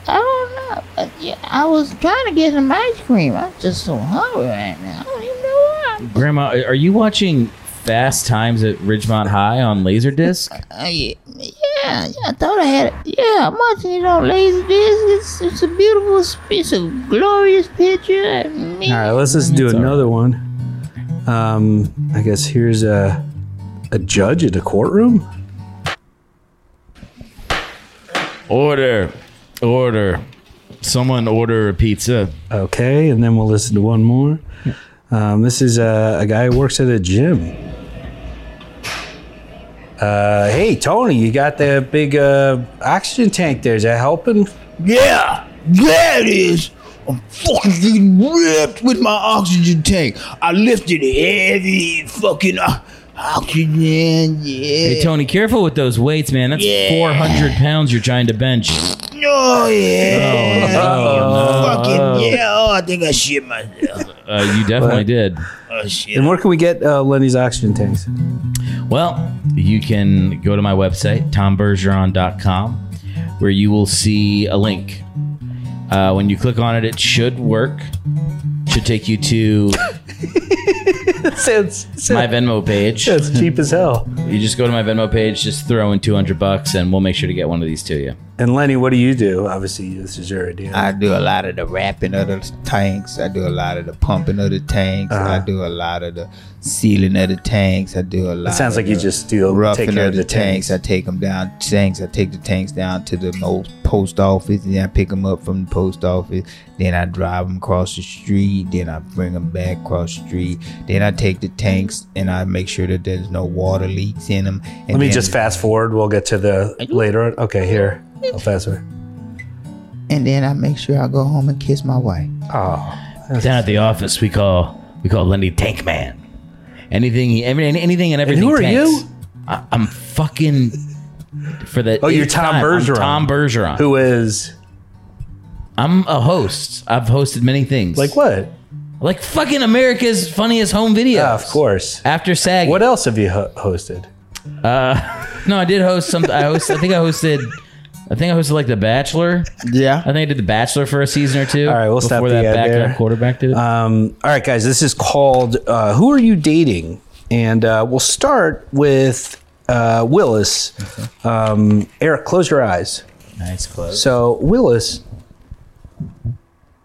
[SPEAKER 3] I don't know. But yeah, I was trying to get some ice cream. I'm just so hungry right now. I don't even know why.
[SPEAKER 2] Grandma, are are you watching Fast Times at Ridgemont High on Laserdisc?
[SPEAKER 3] Uh, yeah, yeah, yeah, I thought I had it. Yeah, I'm watching it on lazy disc. It's, it's a beautiful, it's a glorious picture. And me.
[SPEAKER 1] All right, let's just do another one. Um, I guess here's a a judge at a courtroom.
[SPEAKER 2] <laughs> Order. Order. Someone order a pizza.
[SPEAKER 1] Okay, and then we'll listen to one more. Um, this is uh, a guy who works at a gym. Uh, hey, Tony, you got the big uh, oxygen tank there. Is that helping?
[SPEAKER 5] Yeah, that is. I'm fucking getting ripped with my oxygen tank. I lifted heavy fucking uh, oxygen. Yeah.
[SPEAKER 2] Hey, Tony, careful with those weights, man. That's 400 pounds you're trying to bench.
[SPEAKER 5] Oh yeah, fucking yeah. Oh, I think I shit myself.
[SPEAKER 2] Uh, you definitely did.
[SPEAKER 5] Oh shit.
[SPEAKER 1] And where can we get uh, Lenny's oxygen tanks?
[SPEAKER 2] Well, you can go to my website, tombergeron.com, where you will see a link. Uh, when you click on it, it should work. Should take
[SPEAKER 1] <laughs>
[SPEAKER 2] you to
[SPEAKER 1] Sounds,
[SPEAKER 2] my Venmo page.
[SPEAKER 1] <laughs> sounds cheap as hell.
[SPEAKER 2] You just go to my Venmo page, just throw in 200 bucks, and we'll make sure to get one of these to you.
[SPEAKER 1] And Lenny, what do you do? Obviously, this is your idea.
[SPEAKER 5] I do a lot of the wrapping of the tanks. I do a lot of the pumping of the tanks. I do a lot of the sealing of the tanks. I do a
[SPEAKER 1] Uh-huh.
[SPEAKER 5] lot.
[SPEAKER 1] it sounds
[SPEAKER 5] of
[SPEAKER 1] like you
[SPEAKER 5] the
[SPEAKER 1] just do
[SPEAKER 5] roughing
[SPEAKER 1] take care
[SPEAKER 5] of
[SPEAKER 1] of
[SPEAKER 5] the, tanks.
[SPEAKER 1] tanks.
[SPEAKER 5] I take them down tanks. I take the tanks down to the old post office, and then I pick them up from the post office. Then I drive them across the street. Then I bring them back across the street. Then I take the tanks and I make sure that there's no water leaks in them. And
[SPEAKER 1] Let me
[SPEAKER 5] then-
[SPEAKER 1] just fast forward. We'll get to the later. Okay, here. I'll fast forward.
[SPEAKER 5] and then I make sure I go home and kiss my wife.
[SPEAKER 2] Down at the office, we call we call Lenny Tank Man. Anything, he- every, anything, and everything.
[SPEAKER 1] who are
[SPEAKER 2] tanks.
[SPEAKER 1] you?
[SPEAKER 2] I, I'm fucking for the.
[SPEAKER 1] Oh, you're
[SPEAKER 2] eighth
[SPEAKER 1] Tom
[SPEAKER 2] time, I'm
[SPEAKER 1] Bergeron.
[SPEAKER 2] Tom Bergeron.
[SPEAKER 1] Who is
[SPEAKER 2] I'm a host. I've hosted many things.
[SPEAKER 1] like what?
[SPEAKER 2] Like fucking America's funniest home videos.
[SPEAKER 1] Yeah, of course.
[SPEAKER 2] After SAG.
[SPEAKER 1] Ah, What else have you ho- hosted?
[SPEAKER 2] No, I did host some. I host. I think I hosted. I think I hosted like The Bachelor.
[SPEAKER 5] Yeah.
[SPEAKER 2] I think I did The Bachelor for a season or two.
[SPEAKER 1] All right, we'll
[SPEAKER 2] before
[SPEAKER 1] stop
[SPEAKER 2] that
[SPEAKER 1] the ad
[SPEAKER 2] backup
[SPEAKER 1] there.
[SPEAKER 2] quarterback did it.
[SPEAKER 1] Um, all right, guys, this is called uh, Who Are You Dating? And uh, we'll start with uh, Willis. Um, Eric, close your eyes.
[SPEAKER 5] Nice clothes.
[SPEAKER 1] So, Willis, do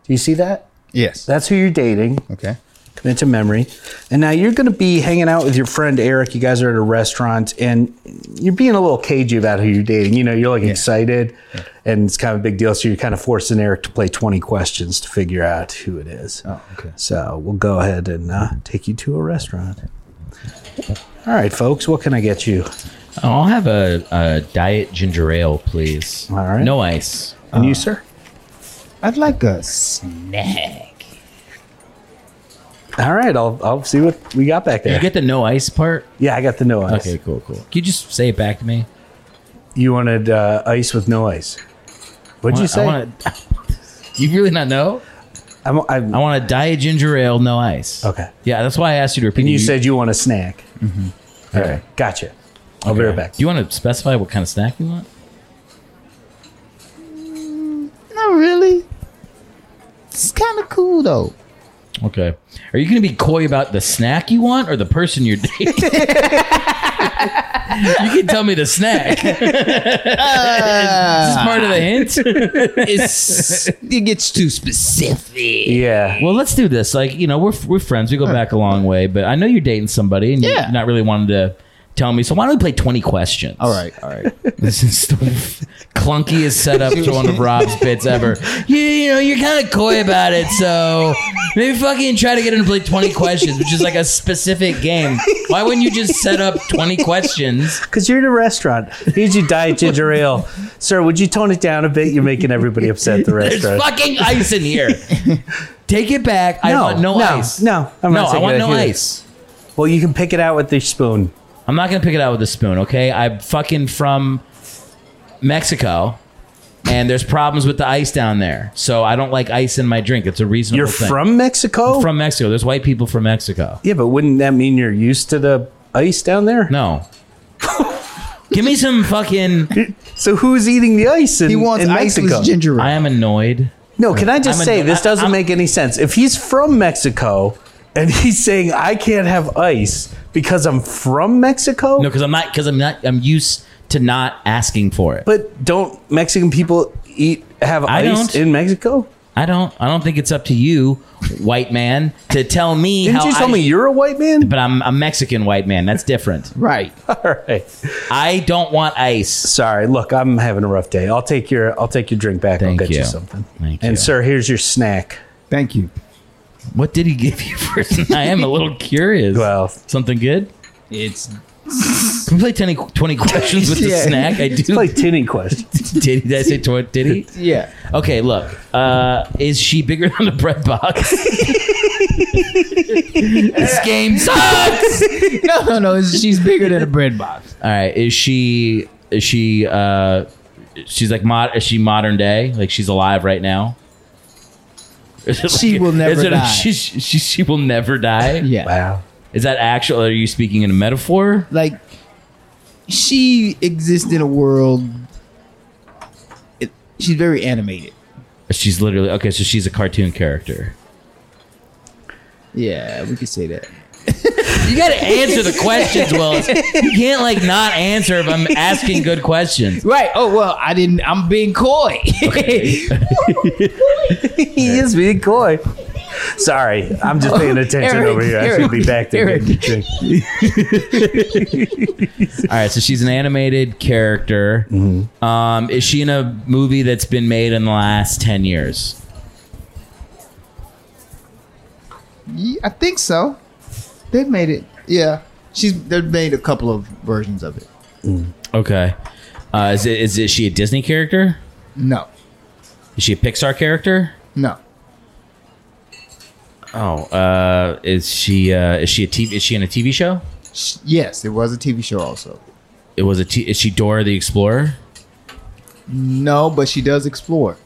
[SPEAKER 1] you see that?
[SPEAKER 5] Yes.
[SPEAKER 1] That's who you're dating.
[SPEAKER 5] Okay.
[SPEAKER 1] Commit to memory. And now you're going to be hanging out with your friend Eric. You guys are at a restaurant and you're being a little cagey about who you're dating. You know, you're like excited and it's kind of a big deal. So you're kind of forcing Eric to play 20 questions to figure out who it is. Oh,
[SPEAKER 5] okay.
[SPEAKER 1] So we'll go ahead and uh, take you to a restaurant. All right, folks, what can I get you?
[SPEAKER 2] Oh, I'll have a, a diet ginger ale, please.
[SPEAKER 1] All right.
[SPEAKER 2] No ice.
[SPEAKER 1] And you, sir?
[SPEAKER 5] I'd like a snack.
[SPEAKER 1] Uh, All right, I'll, I'll see what we got back
[SPEAKER 2] Did
[SPEAKER 1] there.
[SPEAKER 2] you get the no ice part?
[SPEAKER 1] yeah, I got the no ice.
[SPEAKER 2] Okay, cool, cool. Can you just say it back to me?
[SPEAKER 1] You wanted uh, ice with no ice. What'd you say?
[SPEAKER 2] I want a, <laughs> you really not know?
[SPEAKER 1] I'm, I'm,
[SPEAKER 2] I want a diet ginger ale, no ice.
[SPEAKER 1] okay.
[SPEAKER 2] Yeah, that's why I asked you to repeat.
[SPEAKER 1] And you
[SPEAKER 2] it.
[SPEAKER 1] said you want a snack. Mm-hmm. right, gotcha. I'll be right back.
[SPEAKER 2] Do you want to specify what kind of snack you want?
[SPEAKER 5] Mm, Not really. It's kind of cool though.
[SPEAKER 2] Okay. Are you going to be coy about the snack you want or the person you're
[SPEAKER 5] <laughs>
[SPEAKER 2] dating? you can tell me the
[SPEAKER 5] <laughs>
[SPEAKER 2] snack.
[SPEAKER 5] Uh,
[SPEAKER 2] Is this part of the hint?
[SPEAKER 5] It's it gets too specific.
[SPEAKER 1] yeah.
[SPEAKER 2] well, let's do this. Like, you know, we're, we're friends. We go back a long way, but I know you're dating somebody and
[SPEAKER 5] Yeah.
[SPEAKER 2] you're not really wanting to tell me. So why don't we play 20 questions?
[SPEAKER 5] All right, all right.
[SPEAKER 2] <laughs> This is the
[SPEAKER 5] <laughs>
[SPEAKER 2] clunkiest setup to one of Rob's bits ever. You, you know, you're kind of coy about it, so maybe fucking try to get him to play 20 questions, which is like a specific game. Why wouldn't you just set up 20 questions?
[SPEAKER 1] Because you're at a restaurant. Here's your
[SPEAKER 2] <laughs>
[SPEAKER 1] diet ginger ale. Sir, would you tone it down a bit? You're making everybody upset
[SPEAKER 2] <laughs>
[SPEAKER 1] at the
[SPEAKER 2] There's
[SPEAKER 1] restaurant.
[SPEAKER 2] fucking ice in
[SPEAKER 5] <laughs>
[SPEAKER 2] here. Take it back. I want no, ice.
[SPEAKER 1] No, I'm
[SPEAKER 2] no
[SPEAKER 1] not
[SPEAKER 2] I
[SPEAKER 1] saying
[SPEAKER 2] want
[SPEAKER 1] that
[SPEAKER 2] no
[SPEAKER 1] here.
[SPEAKER 2] ice.
[SPEAKER 1] Well, you can pick it out with the spoon.
[SPEAKER 2] I'm not gonna pick it out with a spoon, okay? I'm fucking from Mexico, and there's problems with the ice down there, so I don't like ice in my drink. It's a reasonable.
[SPEAKER 1] You're
[SPEAKER 2] thing.
[SPEAKER 1] from Mexico?
[SPEAKER 2] from Mexico. There's white people from Mexico.
[SPEAKER 1] yeah, but wouldn't that mean you're used to the ice down there? <laughs>
[SPEAKER 2] No. Give me some fucking.
[SPEAKER 1] So who's eating the ice in,
[SPEAKER 5] He wants
[SPEAKER 1] in
[SPEAKER 5] iceless
[SPEAKER 1] Mexico?
[SPEAKER 5] ginger ale.
[SPEAKER 2] I am annoyed.
[SPEAKER 1] No, can I just
[SPEAKER 2] I'm a-
[SPEAKER 1] say this
[SPEAKER 2] I-
[SPEAKER 1] doesn't
[SPEAKER 2] I'm-
[SPEAKER 1] make any sense? If he's from Mexico and <laughs> he's saying I can't have ice because I'm from Mexico,
[SPEAKER 2] No, because I'm not. Because I'm not. I'm used to not asking for it.
[SPEAKER 1] but don't Mexican people eat have
[SPEAKER 2] I
[SPEAKER 1] ice
[SPEAKER 2] don't.
[SPEAKER 1] in Mexico?
[SPEAKER 2] I don't. I don't think it's up to you, white man, to tell me
[SPEAKER 1] Didn't
[SPEAKER 2] how.
[SPEAKER 1] you tell
[SPEAKER 2] I-
[SPEAKER 1] me you're a white man?
[SPEAKER 2] But I'm a Mexican white man. That's different.
[SPEAKER 5] Right.
[SPEAKER 1] All right.
[SPEAKER 2] I don't want ice.
[SPEAKER 1] Sorry. Look, I'm having a rough day. I'll take your I'll take your drink back.
[SPEAKER 2] Thank
[SPEAKER 1] I'll get you,
[SPEAKER 2] you.
[SPEAKER 1] something.
[SPEAKER 2] Thank
[SPEAKER 1] And
[SPEAKER 2] you.
[SPEAKER 1] sir, here's your snack.
[SPEAKER 4] Thank you.
[SPEAKER 2] What did he give you <laughs> first? I am a little curious. <laughs>
[SPEAKER 1] Well,
[SPEAKER 2] something good.
[SPEAKER 5] It's
[SPEAKER 2] Can we play 20, 20
[SPEAKER 1] <laughs>
[SPEAKER 2] questions with the
[SPEAKER 5] Yeah.
[SPEAKER 2] snack? I do.
[SPEAKER 1] it's like tinny question.
[SPEAKER 2] <laughs> did, did I say tw- did he?
[SPEAKER 5] yeah.
[SPEAKER 2] Okay, look. Uh, is she bigger than a bread
[SPEAKER 4] <laughs>
[SPEAKER 2] box? this game sucks.
[SPEAKER 5] No, no, no. It's, she's bigger than a bread box.
[SPEAKER 2] All right. Is she? Is she? Uh, she's like mod. Is she modern day? Like she's alive right now? Is it <laughs>
[SPEAKER 4] She will never
[SPEAKER 2] is it a-
[SPEAKER 4] die.
[SPEAKER 2] she, she, she will never die.
[SPEAKER 4] Yeah.
[SPEAKER 1] Wow.
[SPEAKER 2] Is that actual? Are you speaking in a metaphor?
[SPEAKER 4] like she exists in a world it, she's very animated
[SPEAKER 2] She's literally okay. So she's a cartoon character.
[SPEAKER 4] yeah we could say that
[SPEAKER 2] You got to answer the questions, Willis. You can't like not answer if I'm asking good questions.
[SPEAKER 4] right oh well i didn't i'm being coy
[SPEAKER 2] <laughs>
[SPEAKER 1] He is being coy. Sorry, I'm just
[SPEAKER 2] <laughs> Oh,
[SPEAKER 1] paying attention
[SPEAKER 4] Eric,
[SPEAKER 1] over here. I should be back there.
[SPEAKER 4] Eric,
[SPEAKER 1] getting the drink.
[SPEAKER 2] All right, so she's an animated character. Um, is she in a movie that's been made in the last ten years?
[SPEAKER 4] Yeah, i think so they've made it yeah she's they've made a couple of versions of it
[SPEAKER 2] Okay. Uh, is it is, it, is she a Disney character?
[SPEAKER 4] no
[SPEAKER 2] Is she a Pixar character?
[SPEAKER 4] no
[SPEAKER 2] Oh, uh, is she uh, is she a TV, is she in a TV show?
[SPEAKER 4] Sh- yes it was a tv show also
[SPEAKER 2] It was a t- is she Dora the Explorer?
[SPEAKER 4] no but she does explore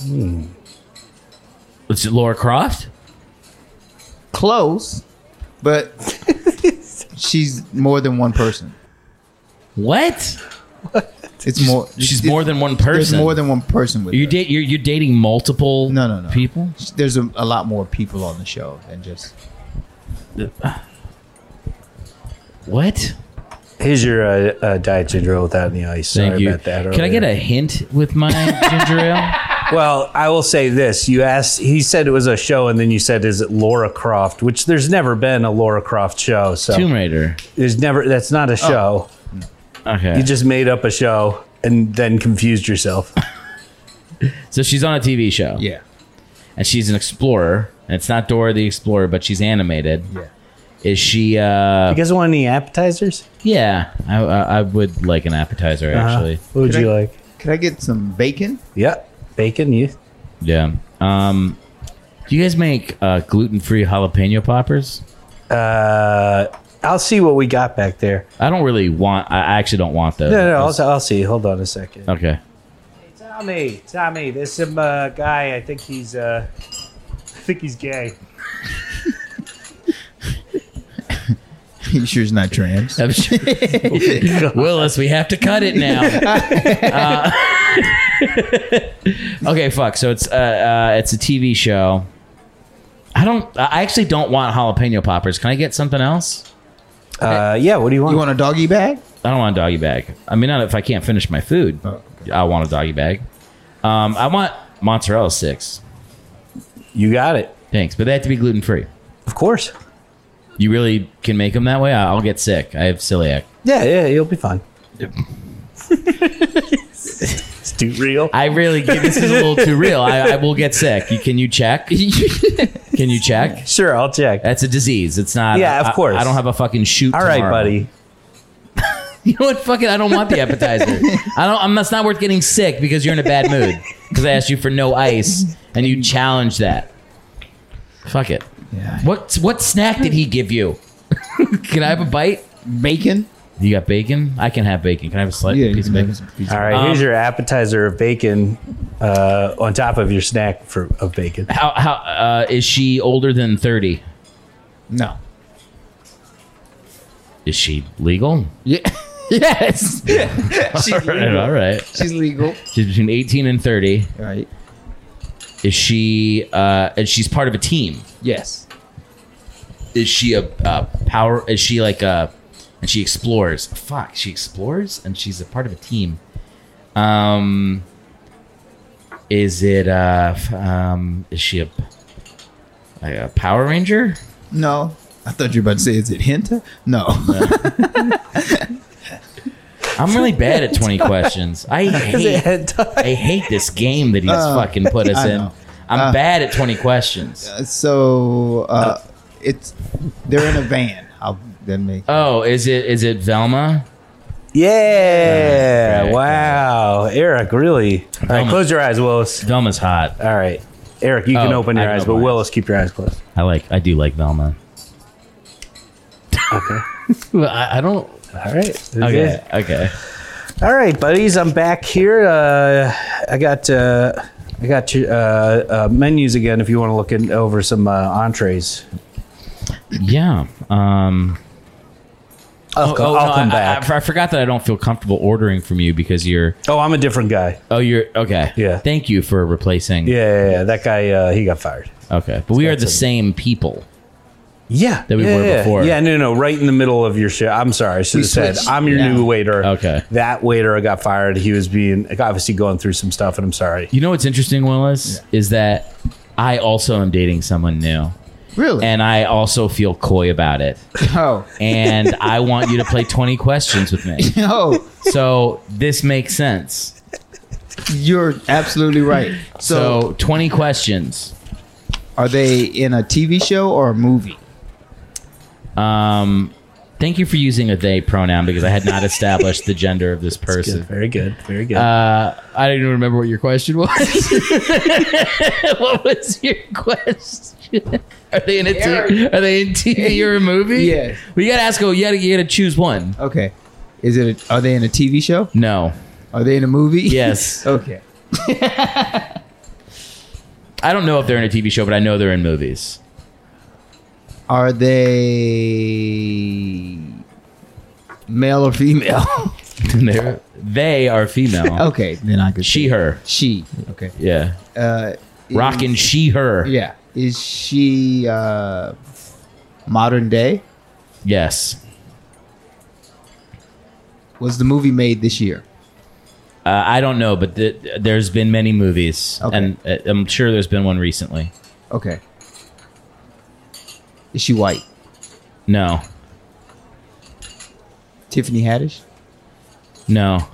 [SPEAKER 2] Is it Laura Croft?
[SPEAKER 4] close <laughs> but she's more than one person
[SPEAKER 2] What?
[SPEAKER 4] it's more
[SPEAKER 2] She's
[SPEAKER 4] it-
[SPEAKER 2] more than one
[SPEAKER 4] there's
[SPEAKER 2] person.
[SPEAKER 4] more than one person with
[SPEAKER 2] you
[SPEAKER 4] her.
[SPEAKER 2] date you're, you're dating multiple
[SPEAKER 4] No, no, no.
[SPEAKER 2] people.
[SPEAKER 4] There's a, a lot more people on the show than just.
[SPEAKER 2] What?
[SPEAKER 1] Here's your uh, uh, diet ginger ale without any ice. Sorry
[SPEAKER 2] Thank you.
[SPEAKER 1] about that.
[SPEAKER 2] Can I get
[SPEAKER 1] earlier.
[SPEAKER 2] a hint with
[SPEAKER 4] <laughs>
[SPEAKER 2] my ginger ale?
[SPEAKER 1] Well, I will say this. You asked, he said it was a show, and then you said, is it Laura Croft? Which there's never been a Laura Croft show. So
[SPEAKER 2] Tomb Raider.
[SPEAKER 1] there's never, that's
[SPEAKER 2] Oh.
[SPEAKER 1] not a show.
[SPEAKER 2] Okay.
[SPEAKER 1] You just made up a show and then confused
[SPEAKER 2] <laughs>
[SPEAKER 1] yourself.
[SPEAKER 2] so she's on a TV show.
[SPEAKER 4] Yeah.
[SPEAKER 2] and she's an explorer. And it's not Dora the Explorer, but she's animated. Yeah. Is she? uh
[SPEAKER 1] You guys want any appetizers?
[SPEAKER 2] Yeah. I, I, I would like an appetizer
[SPEAKER 4] Uh-huh.
[SPEAKER 2] actually.
[SPEAKER 1] Uh, what would
[SPEAKER 4] Could
[SPEAKER 1] you
[SPEAKER 4] I-
[SPEAKER 1] like?
[SPEAKER 4] Could I get some bacon? <laughs>
[SPEAKER 1] Yeah. Bacon, you?
[SPEAKER 2] Yeah. Um, do you guys make uh, gluten-free jalapeno poppers?
[SPEAKER 1] Uh, I'll see what we got back there.
[SPEAKER 2] I don't really want. I actually don't want those.
[SPEAKER 1] No, no, I'll, I'll see. Hold on a second.
[SPEAKER 2] Okay.
[SPEAKER 1] Tommy, Tommy, there's some uh, guy. I think he's, uh, <laughs> I think he's gay.
[SPEAKER 4] You sure it's not trans?
[SPEAKER 2] I'm <laughs> sure- Willis, we have to cut it now. Uh, <laughs> okay, fuck. So it's uh, uh, it's a TV show. I don't. I actually don't want jalapeno poppers. Can I get something else?
[SPEAKER 1] Uh, yeah, what do you want?
[SPEAKER 4] You want a doggy bag?
[SPEAKER 2] I don't want a doggy bag. I mean, not if I can't finish my food. I want a doggy bag. Um, I want mozzarella sticks.
[SPEAKER 1] you got it.
[SPEAKER 2] Thanks, but they have to be gluten free.
[SPEAKER 1] Of course.
[SPEAKER 2] You really can make them that way. I- I'll get sick. I have celiac.
[SPEAKER 1] Yeah, yeah, you'll be fine. <laughs> it's too real.
[SPEAKER 2] I
[SPEAKER 1] <laughs>
[SPEAKER 2] really this is a little too real. I, I will get sick. You, can you
[SPEAKER 1] <laughs>
[SPEAKER 2] check? can you check?
[SPEAKER 1] Sure, I'll check.
[SPEAKER 2] That's a disease. It's not.
[SPEAKER 1] Yeah, of
[SPEAKER 2] I-
[SPEAKER 1] course.
[SPEAKER 2] I, don't have a fucking shoot.
[SPEAKER 1] All right,
[SPEAKER 2] tomorrow.
[SPEAKER 1] buddy.
[SPEAKER 2] You know what? Fucking, I don't want the
[SPEAKER 1] <laughs>
[SPEAKER 2] appetizer. I don't. I'm, that's not worth getting sick because you're in a bad mood because I asked you for no ice and you challenged that. Fuck it.
[SPEAKER 4] Yeah.
[SPEAKER 2] What what snack did he
[SPEAKER 1] <laughs>
[SPEAKER 2] give you? can I have a bite?
[SPEAKER 4] Bacon?
[SPEAKER 2] You got bacon? I can have bacon. Can I have a slice?
[SPEAKER 4] Yeah,
[SPEAKER 2] piece of bacon.
[SPEAKER 1] All right, here's your appetizer of bacon uh, on top of your snack for of bacon.
[SPEAKER 2] How how uh, is she older than thirty?
[SPEAKER 4] No.
[SPEAKER 2] Is she legal? <laughs>
[SPEAKER 4] Yeah. yes. She's legal.
[SPEAKER 2] All right.
[SPEAKER 4] She's legal.
[SPEAKER 2] She's between 18 and 30.
[SPEAKER 4] Right.
[SPEAKER 2] Is she uh and she's part of a team.
[SPEAKER 4] Yes.
[SPEAKER 2] Is she a, uh power is she like a and she explores. Fuck, she explores and she's a part of a team. Um is it uh f- um is she a like a Power Ranger?
[SPEAKER 4] No. I thought you were about to say, is it Hinta? No. <laughs>
[SPEAKER 2] I'm really bad at 20 questions. I hate <laughs> I hate this game that he's
[SPEAKER 4] Uh,
[SPEAKER 2] fucking put us
[SPEAKER 4] I
[SPEAKER 2] in.
[SPEAKER 4] know.
[SPEAKER 2] I'm
[SPEAKER 4] Uh,
[SPEAKER 2] bad at 20 questions.
[SPEAKER 4] so uh, it's they're in a van. I'll then make.
[SPEAKER 2] Oh, is it is it Velma?
[SPEAKER 1] Yeah.
[SPEAKER 2] Alright,
[SPEAKER 1] wow. Eric, really? All right,
[SPEAKER 2] Velma.
[SPEAKER 1] close your eyes, Willis.
[SPEAKER 2] Velma's hot.
[SPEAKER 1] All right. Eric, you can
[SPEAKER 2] Oh,
[SPEAKER 1] open your
[SPEAKER 2] I can
[SPEAKER 1] eyes,
[SPEAKER 2] open
[SPEAKER 1] but
[SPEAKER 2] my eyes.
[SPEAKER 1] Willis, keep your eyes closed.
[SPEAKER 2] I like. I do
[SPEAKER 1] <laughs>
[SPEAKER 2] like Velma. Okay. I, I don't.
[SPEAKER 1] All right.
[SPEAKER 2] Okay. Okay.
[SPEAKER 1] All right, buddies, I'm back here. Uh, I got uh, I got your uh, uh, menus again. If you want to look in, over some uh, entrees,
[SPEAKER 2] Yeah. Um,
[SPEAKER 1] I'll, co- I'll
[SPEAKER 2] Oh, no,
[SPEAKER 1] come
[SPEAKER 2] I-
[SPEAKER 1] back.
[SPEAKER 2] I, I forgot that I don't feel comfortable ordering from you because you're.
[SPEAKER 1] oh, I'm a different guy.
[SPEAKER 2] Oh, you're okay.
[SPEAKER 1] Yeah.
[SPEAKER 2] Thank you for replacing.
[SPEAKER 1] Yeah, yeah, yeah. that guy uh, he got fired.
[SPEAKER 2] Okay, but we are the same people.
[SPEAKER 1] Yeah,
[SPEAKER 2] That we
[SPEAKER 1] yeah,
[SPEAKER 2] were
[SPEAKER 1] yeah.
[SPEAKER 2] before.
[SPEAKER 1] Yeah, no, no, right in the middle of your show. I'm sorry, I should have said I'm your new waiter.
[SPEAKER 2] Okay.
[SPEAKER 1] that waiter got fired. He was being obviously going through some stuff, and I'm sorry.
[SPEAKER 2] You know what's interesting, Willis, is that I also am dating someone new,
[SPEAKER 4] Really?
[SPEAKER 2] and I also feel coy about it.
[SPEAKER 4] <laughs> oh,
[SPEAKER 2] <laughs> And I want you to play twenty questions with me.
[SPEAKER 4] no,
[SPEAKER 2] So this makes sense.
[SPEAKER 4] you're absolutely right.
[SPEAKER 2] So,
[SPEAKER 4] So,
[SPEAKER 2] twenty questions.
[SPEAKER 4] are they in a TV show or a movie?
[SPEAKER 2] Um, thank you for using a they pronoun because I had not established the gender of <laughs> this
[SPEAKER 1] Good,
[SPEAKER 2] person.
[SPEAKER 1] very good, very good.
[SPEAKER 2] Uh, I don't even remember what your question was. <laughs> what was your question? Are they in a t- Are they in TV or a <laughs> movie?
[SPEAKER 4] Yes.
[SPEAKER 2] We gotta ask. Oh, you gotta, you gotta choose one.
[SPEAKER 4] Okay, is it? A, are they in a TV show?
[SPEAKER 2] No.
[SPEAKER 4] Are they in a movie?
[SPEAKER 2] <laughs> Yes.
[SPEAKER 4] <laughs> Okay.
[SPEAKER 2] I don't know if they're in a TV show, but I know they're in movies.
[SPEAKER 4] Are they male or female? <laughs>
[SPEAKER 2] <laughs> they're, they are female.
[SPEAKER 4] okay, then I could.
[SPEAKER 2] She,
[SPEAKER 4] say-
[SPEAKER 2] her.
[SPEAKER 4] She. Okay.
[SPEAKER 2] Yeah.
[SPEAKER 4] Uh, is-
[SPEAKER 2] Rockin' she, her.
[SPEAKER 4] Yeah. Is she uh, modern day?
[SPEAKER 2] Yes.
[SPEAKER 4] Was the movie made this year?
[SPEAKER 2] Uh, I don't know, but th- there's been many movies,
[SPEAKER 4] Okay.
[SPEAKER 2] and uh, I'm sure there's been one recently.
[SPEAKER 4] Okay. Is she white?
[SPEAKER 2] No,
[SPEAKER 4] Tiffany Haddish?
[SPEAKER 2] no,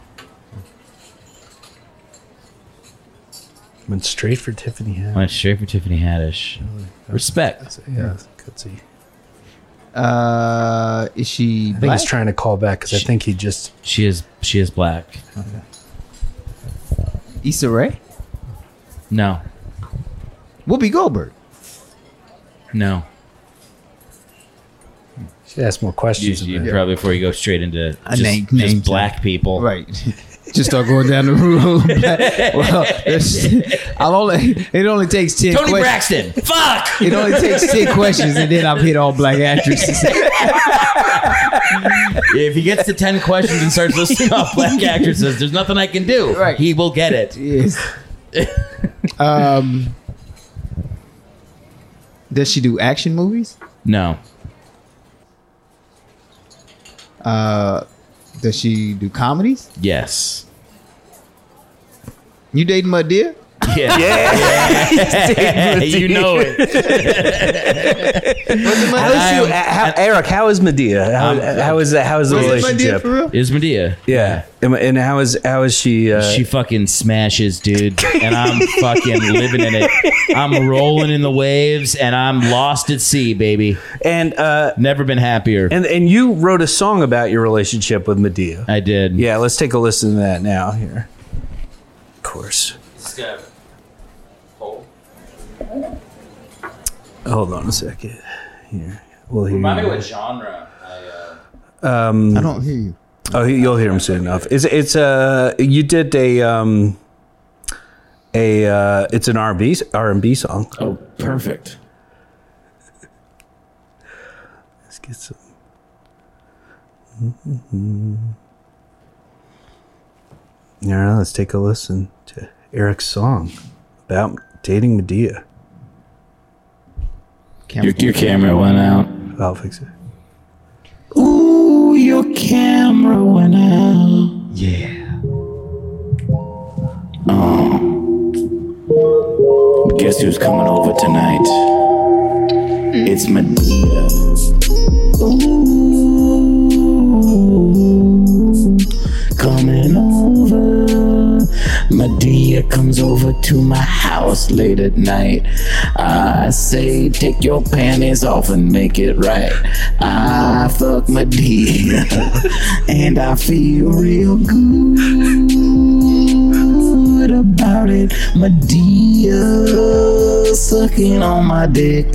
[SPEAKER 1] Went straight for Tiffany. Haddish.
[SPEAKER 2] went straight for Tiffany Haddish. Respect.
[SPEAKER 1] Yeah, could see.
[SPEAKER 4] Uh, is she
[SPEAKER 1] I think
[SPEAKER 4] black?
[SPEAKER 1] he's trying to call back because I think he just.
[SPEAKER 2] She is she is black.
[SPEAKER 4] Issa Rae?
[SPEAKER 2] No,
[SPEAKER 4] Whoopi Goldberg?
[SPEAKER 2] no.
[SPEAKER 1] Should ask more
[SPEAKER 2] You,
[SPEAKER 1] questions.
[SPEAKER 2] you
[SPEAKER 1] than that.
[SPEAKER 2] probably before you go straight into
[SPEAKER 4] I
[SPEAKER 2] just,
[SPEAKER 4] name-
[SPEAKER 2] just
[SPEAKER 4] name-
[SPEAKER 2] black people.
[SPEAKER 4] Right. <laughs> Just start going down the room. <laughs> well, there's- I'll only, it only takes 10
[SPEAKER 2] Tony
[SPEAKER 4] questions.
[SPEAKER 2] Braxton.
[SPEAKER 4] <laughs>
[SPEAKER 2] Fuck.
[SPEAKER 4] It only takes 10 questions and then I've hit all black actresses.
[SPEAKER 2] if he gets to ten questions and starts listing
[SPEAKER 4] <laughs>
[SPEAKER 2] off black actresses, there's nothing I can do.
[SPEAKER 4] Right.
[SPEAKER 2] He will get it.
[SPEAKER 4] Yes. um, does she do action movies?
[SPEAKER 2] No,
[SPEAKER 4] Uh, does she do comedies?
[SPEAKER 1] <laughs>
[SPEAKER 2] yes.
[SPEAKER 4] You dating my dear?
[SPEAKER 2] Yeah. <laughs> you know it.
[SPEAKER 1] How is you, how, Eric? How is Medea? How,
[SPEAKER 2] I'm-
[SPEAKER 1] how is that? How is the
[SPEAKER 4] Is my dear
[SPEAKER 1] relationship?
[SPEAKER 4] for real?
[SPEAKER 2] Is Medea.
[SPEAKER 1] Yeah, and, and how is how is she? Uh,
[SPEAKER 2] She fucking smashes, dude, and I'm fucking living in it. I'm rolling in the waves, and I'm lost at sea, baby.
[SPEAKER 1] and uh,
[SPEAKER 2] Never been happier.
[SPEAKER 1] and and you wrote a song about your relationship with Medea.
[SPEAKER 2] I did.
[SPEAKER 1] Yeah, let's take a listen to that now. Here, of course. Hold on a second. Here, we'll hear. you.
[SPEAKER 2] genre. uh,
[SPEAKER 1] Um,
[SPEAKER 4] I don't hear you.
[SPEAKER 1] oh, he- you'll hear him soon enough. It's it's uh, you did a um, a uh, it's an R and B R and B song.
[SPEAKER 13] Oh, perfect.
[SPEAKER 1] Let's get some. Mm-hmm. All right, let's take a listen to Eric's song about dating Medea.
[SPEAKER 13] Your, your camera went out.
[SPEAKER 1] I'll fix it.
[SPEAKER 13] Ooh, your camera went out. Yeah. Oh. Guess who's coming over tonight? It's Medea. Ooh. Coming over. Medea comes over to my house late at night. I say, take your panties off and make it right. I fuck Medea, and I feel real good about it. Medea sucking on my dick,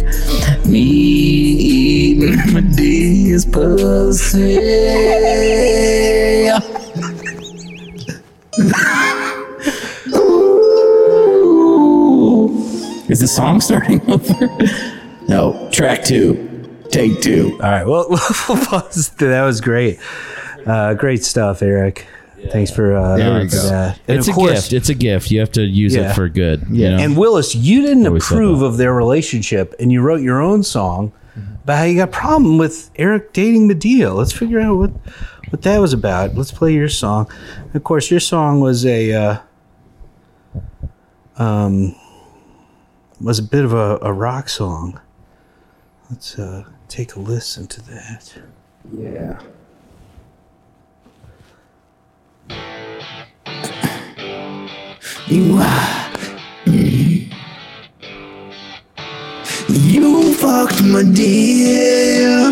[SPEAKER 13] me eating Medea's pussy. Is the song starting <laughs> over? No, track two, take two.
[SPEAKER 1] All right. Well, <laughs> we'll pause. that was great. Uh, great stuff, Eric. Thanks for, uh,
[SPEAKER 4] There we
[SPEAKER 1] for
[SPEAKER 4] go.
[SPEAKER 1] that. And
[SPEAKER 2] It's
[SPEAKER 1] of
[SPEAKER 2] a
[SPEAKER 1] course,
[SPEAKER 2] gift. It's a gift. You have to use
[SPEAKER 1] Yeah.
[SPEAKER 2] it for good. You know?
[SPEAKER 1] And Willis, you didn't
[SPEAKER 2] Always said
[SPEAKER 1] approve
[SPEAKER 2] that.
[SPEAKER 1] of their relationship, and you wrote your own song about how you got a problem with Eric dating Medea. Let's figure out what what that was about. Let's play your song. Of course, your song was a uh, um was a bit of a, a rock song. Let's uh, take a listen to that.
[SPEAKER 13] Yeah. You are. You fucked my dear.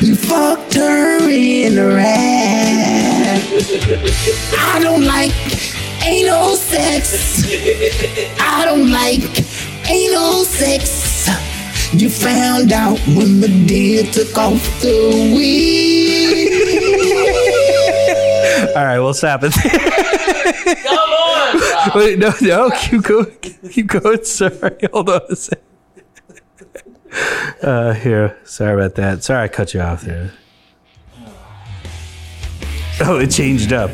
[SPEAKER 13] You fucked her in the rack. I don't like anal sex. I don't like anal sex. You found out when the deer took off the wig.
[SPEAKER 1] All right, we'll stop it. Come on. Wait, no, no, keep going, keep going. Sorry, hold on a second. Uh, here, sorry about that. Sorry, I cut you off there. Oh, it changed up.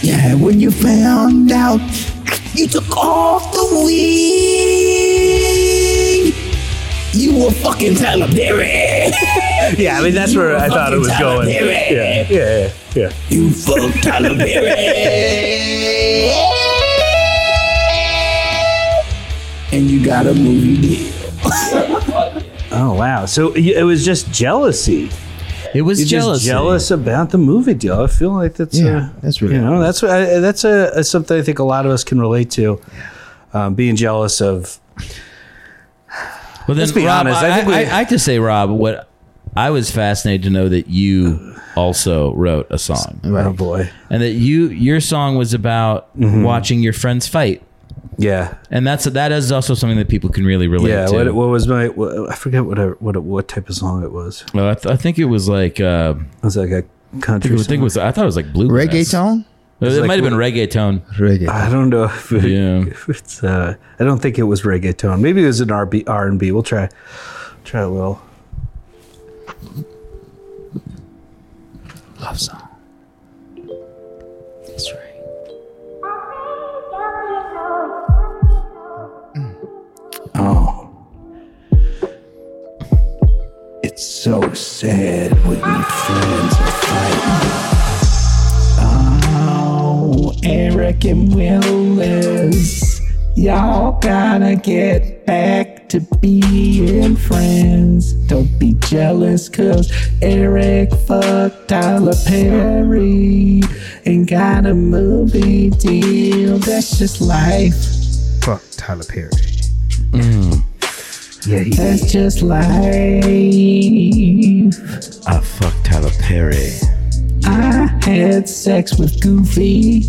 [SPEAKER 13] Yeah, when you found out you took off the wig, you were fucking Tyler Perry.
[SPEAKER 1] Yeah, I mean that's where I thought it was going.
[SPEAKER 13] Tyler Perry.
[SPEAKER 1] Yeah, yeah, yeah.
[SPEAKER 13] You fucked Tyler Perry. and you got a movie deal.
[SPEAKER 1] Oh wow. So y- it was just jealousy.
[SPEAKER 2] it was
[SPEAKER 1] You're
[SPEAKER 2] jealous.
[SPEAKER 1] just jealous about the movie deal. I feel like that's
[SPEAKER 4] Yeah,
[SPEAKER 1] a,
[SPEAKER 4] that's really
[SPEAKER 1] you know that's I, that's a, a something I think a lot of us can relate to. Um, being jealous of
[SPEAKER 2] Well, then,
[SPEAKER 1] Let's be
[SPEAKER 2] Rob,
[SPEAKER 1] honest, I
[SPEAKER 2] I,
[SPEAKER 1] think we-
[SPEAKER 2] I, I, have to say, Rob, what I was fascinated to know that you also wrote a song,
[SPEAKER 1] oh boy,
[SPEAKER 2] and that you your song was about
[SPEAKER 1] Mm-hmm.
[SPEAKER 2] watching your friends fight,
[SPEAKER 1] yeah,
[SPEAKER 2] and that's that is also something that people can really relate
[SPEAKER 1] yeah.
[SPEAKER 2] to.
[SPEAKER 1] What, what was my? What, I forget what I, what what type of song it was. It
[SPEAKER 2] Well, I, th- I think it was like uh,
[SPEAKER 1] was like a
[SPEAKER 2] I
[SPEAKER 1] country.
[SPEAKER 2] think, it
[SPEAKER 1] song.
[SPEAKER 2] was I thought it was like blue
[SPEAKER 5] Reggae song?
[SPEAKER 2] It,
[SPEAKER 1] like-
[SPEAKER 2] might have been reggaeton.
[SPEAKER 5] Reggae.
[SPEAKER 1] I don't know if, it,
[SPEAKER 2] Yeah.
[SPEAKER 1] if it's. Uh, I don't think it was reggaeton. Maybe it was an R and B. We'll try try a little.
[SPEAKER 13] It's so sad when your friends are fighting. Oh, Eric and Willis, y'all gotta get back to being friends. Don't be jealous, cause Eric fucked Tyler Perry and got a movie deal. That's just life.
[SPEAKER 4] Fuck Tyler Perry.
[SPEAKER 13] That's just life.
[SPEAKER 2] I fucked Tyler Perry.
[SPEAKER 13] I had sex with Goofy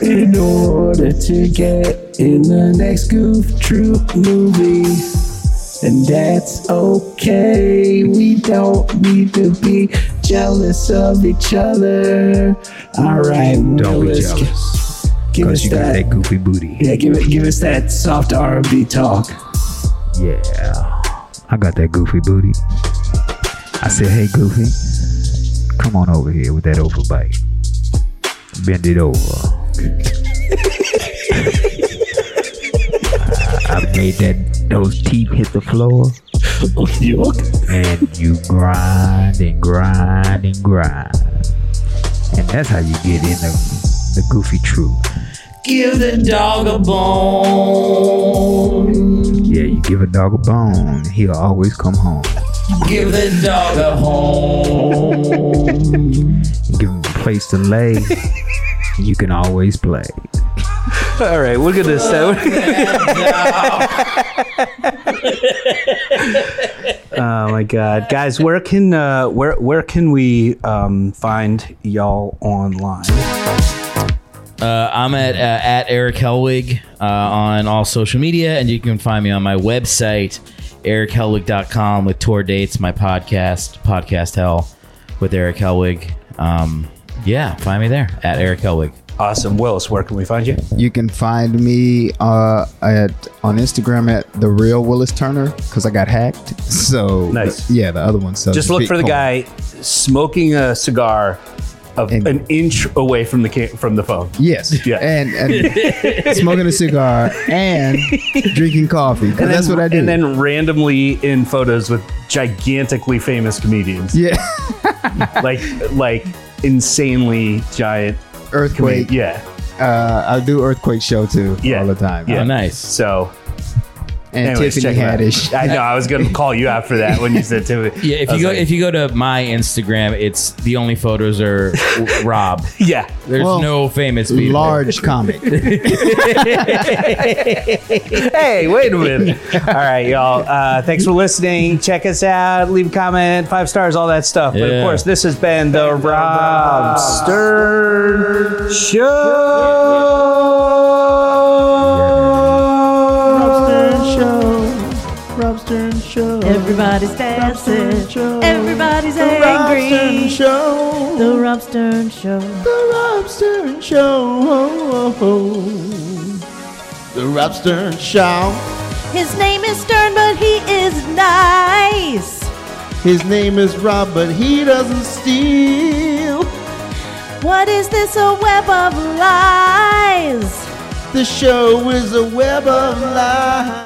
[SPEAKER 13] in order to get in the next Goof Troop movie. And that's okay. We don't need to be jealous of each other. All right,
[SPEAKER 4] Don't be
[SPEAKER 13] Willis,
[SPEAKER 4] jealous.
[SPEAKER 13] Give us
[SPEAKER 4] Because you got
[SPEAKER 13] that.
[SPEAKER 4] that goofy booty.
[SPEAKER 13] Yeah, give it. Give us that soft R&B talk.
[SPEAKER 4] Yeah. I got that goofy booty. I said, hey, Goofy, come on over here with that overbite. Bend it over. I I made that those teeth hit the floor.
[SPEAKER 13] You okay?
[SPEAKER 4] and you grind and grind and grind. And that's how you get in the, the goofy truth.
[SPEAKER 13] Give the dog a bone.
[SPEAKER 4] Yeah, you give a dog a bone, he'll always come home.
[SPEAKER 13] Give the dog a home.
[SPEAKER 4] You give him a place to <laughs> lay, you can always play.
[SPEAKER 1] All right, we're gonna stop. oh my god, guys, where can uh, where where can we um, find y'all online?
[SPEAKER 2] Uh, I'm at uh, at Eric Helwig uh, on all social media, and you can find me on my website, erichelwig.com, with tour dates, my podcast, Podcast Hell, with Eric Helwig. Um, yeah, find me there at Eric Helwig.
[SPEAKER 1] Awesome. Willis, where can we find you?
[SPEAKER 4] You can find me uh, at on Instagram at the real Willis Turner because I got hacked. So
[SPEAKER 1] Nice.
[SPEAKER 4] yeah, the other one. So
[SPEAKER 1] Just look for the guy smoking a cigar of
[SPEAKER 4] And-
[SPEAKER 1] an inch away from the ca- from the phone.
[SPEAKER 4] Yes.
[SPEAKER 1] <laughs> Yeah.
[SPEAKER 4] And,
[SPEAKER 1] <laughs>
[SPEAKER 4] and smoking a cigar and drinking coffee. 'cause
[SPEAKER 1] And
[SPEAKER 4] that's
[SPEAKER 1] then,
[SPEAKER 4] what I do.
[SPEAKER 1] And then randomly in photos with gigantically famous comedians,
[SPEAKER 4] yeah.
[SPEAKER 1] like like insanely giant.
[SPEAKER 4] <laughs> Earthquake.
[SPEAKER 1] comedians. Yeah.
[SPEAKER 4] Uh, I do earthquake show too
[SPEAKER 1] Yeah.
[SPEAKER 4] all the time.
[SPEAKER 1] Yeah.
[SPEAKER 2] Oh, nice.
[SPEAKER 1] So
[SPEAKER 4] And
[SPEAKER 1] anyways,
[SPEAKER 4] Tiffany
[SPEAKER 1] check him out.
[SPEAKER 4] Haddish.
[SPEAKER 1] I know. I was gonna call you out for that when you said Tiffany.
[SPEAKER 2] Yeah, if
[SPEAKER 1] I
[SPEAKER 2] you
[SPEAKER 1] was
[SPEAKER 2] go
[SPEAKER 1] like,
[SPEAKER 2] if you go to my Instagram, it's the only
[SPEAKER 1] <laughs>
[SPEAKER 2] photos are w- Rob.
[SPEAKER 1] yeah,
[SPEAKER 2] There's
[SPEAKER 4] Well,
[SPEAKER 2] no famous people.
[SPEAKER 1] <laughs>
[SPEAKER 4] Large comic.
[SPEAKER 1] hey, wait a minute. All right, y'all. Uh, thanks for listening. Check us out. Leave a comment, five stars, all that stuff. But
[SPEAKER 2] Yeah.
[SPEAKER 1] of course, this has been the Rob Stern Show.
[SPEAKER 3] <laughs> Everybody's dancing. Everybody's angry. The Rob Stern Show.
[SPEAKER 13] The Rob Stern Show.
[SPEAKER 3] His name is Stern, but he is nice.
[SPEAKER 13] His name is Rob, but he doesn't steal.
[SPEAKER 3] What is this? A web of lies.
[SPEAKER 13] The show is a web of lies.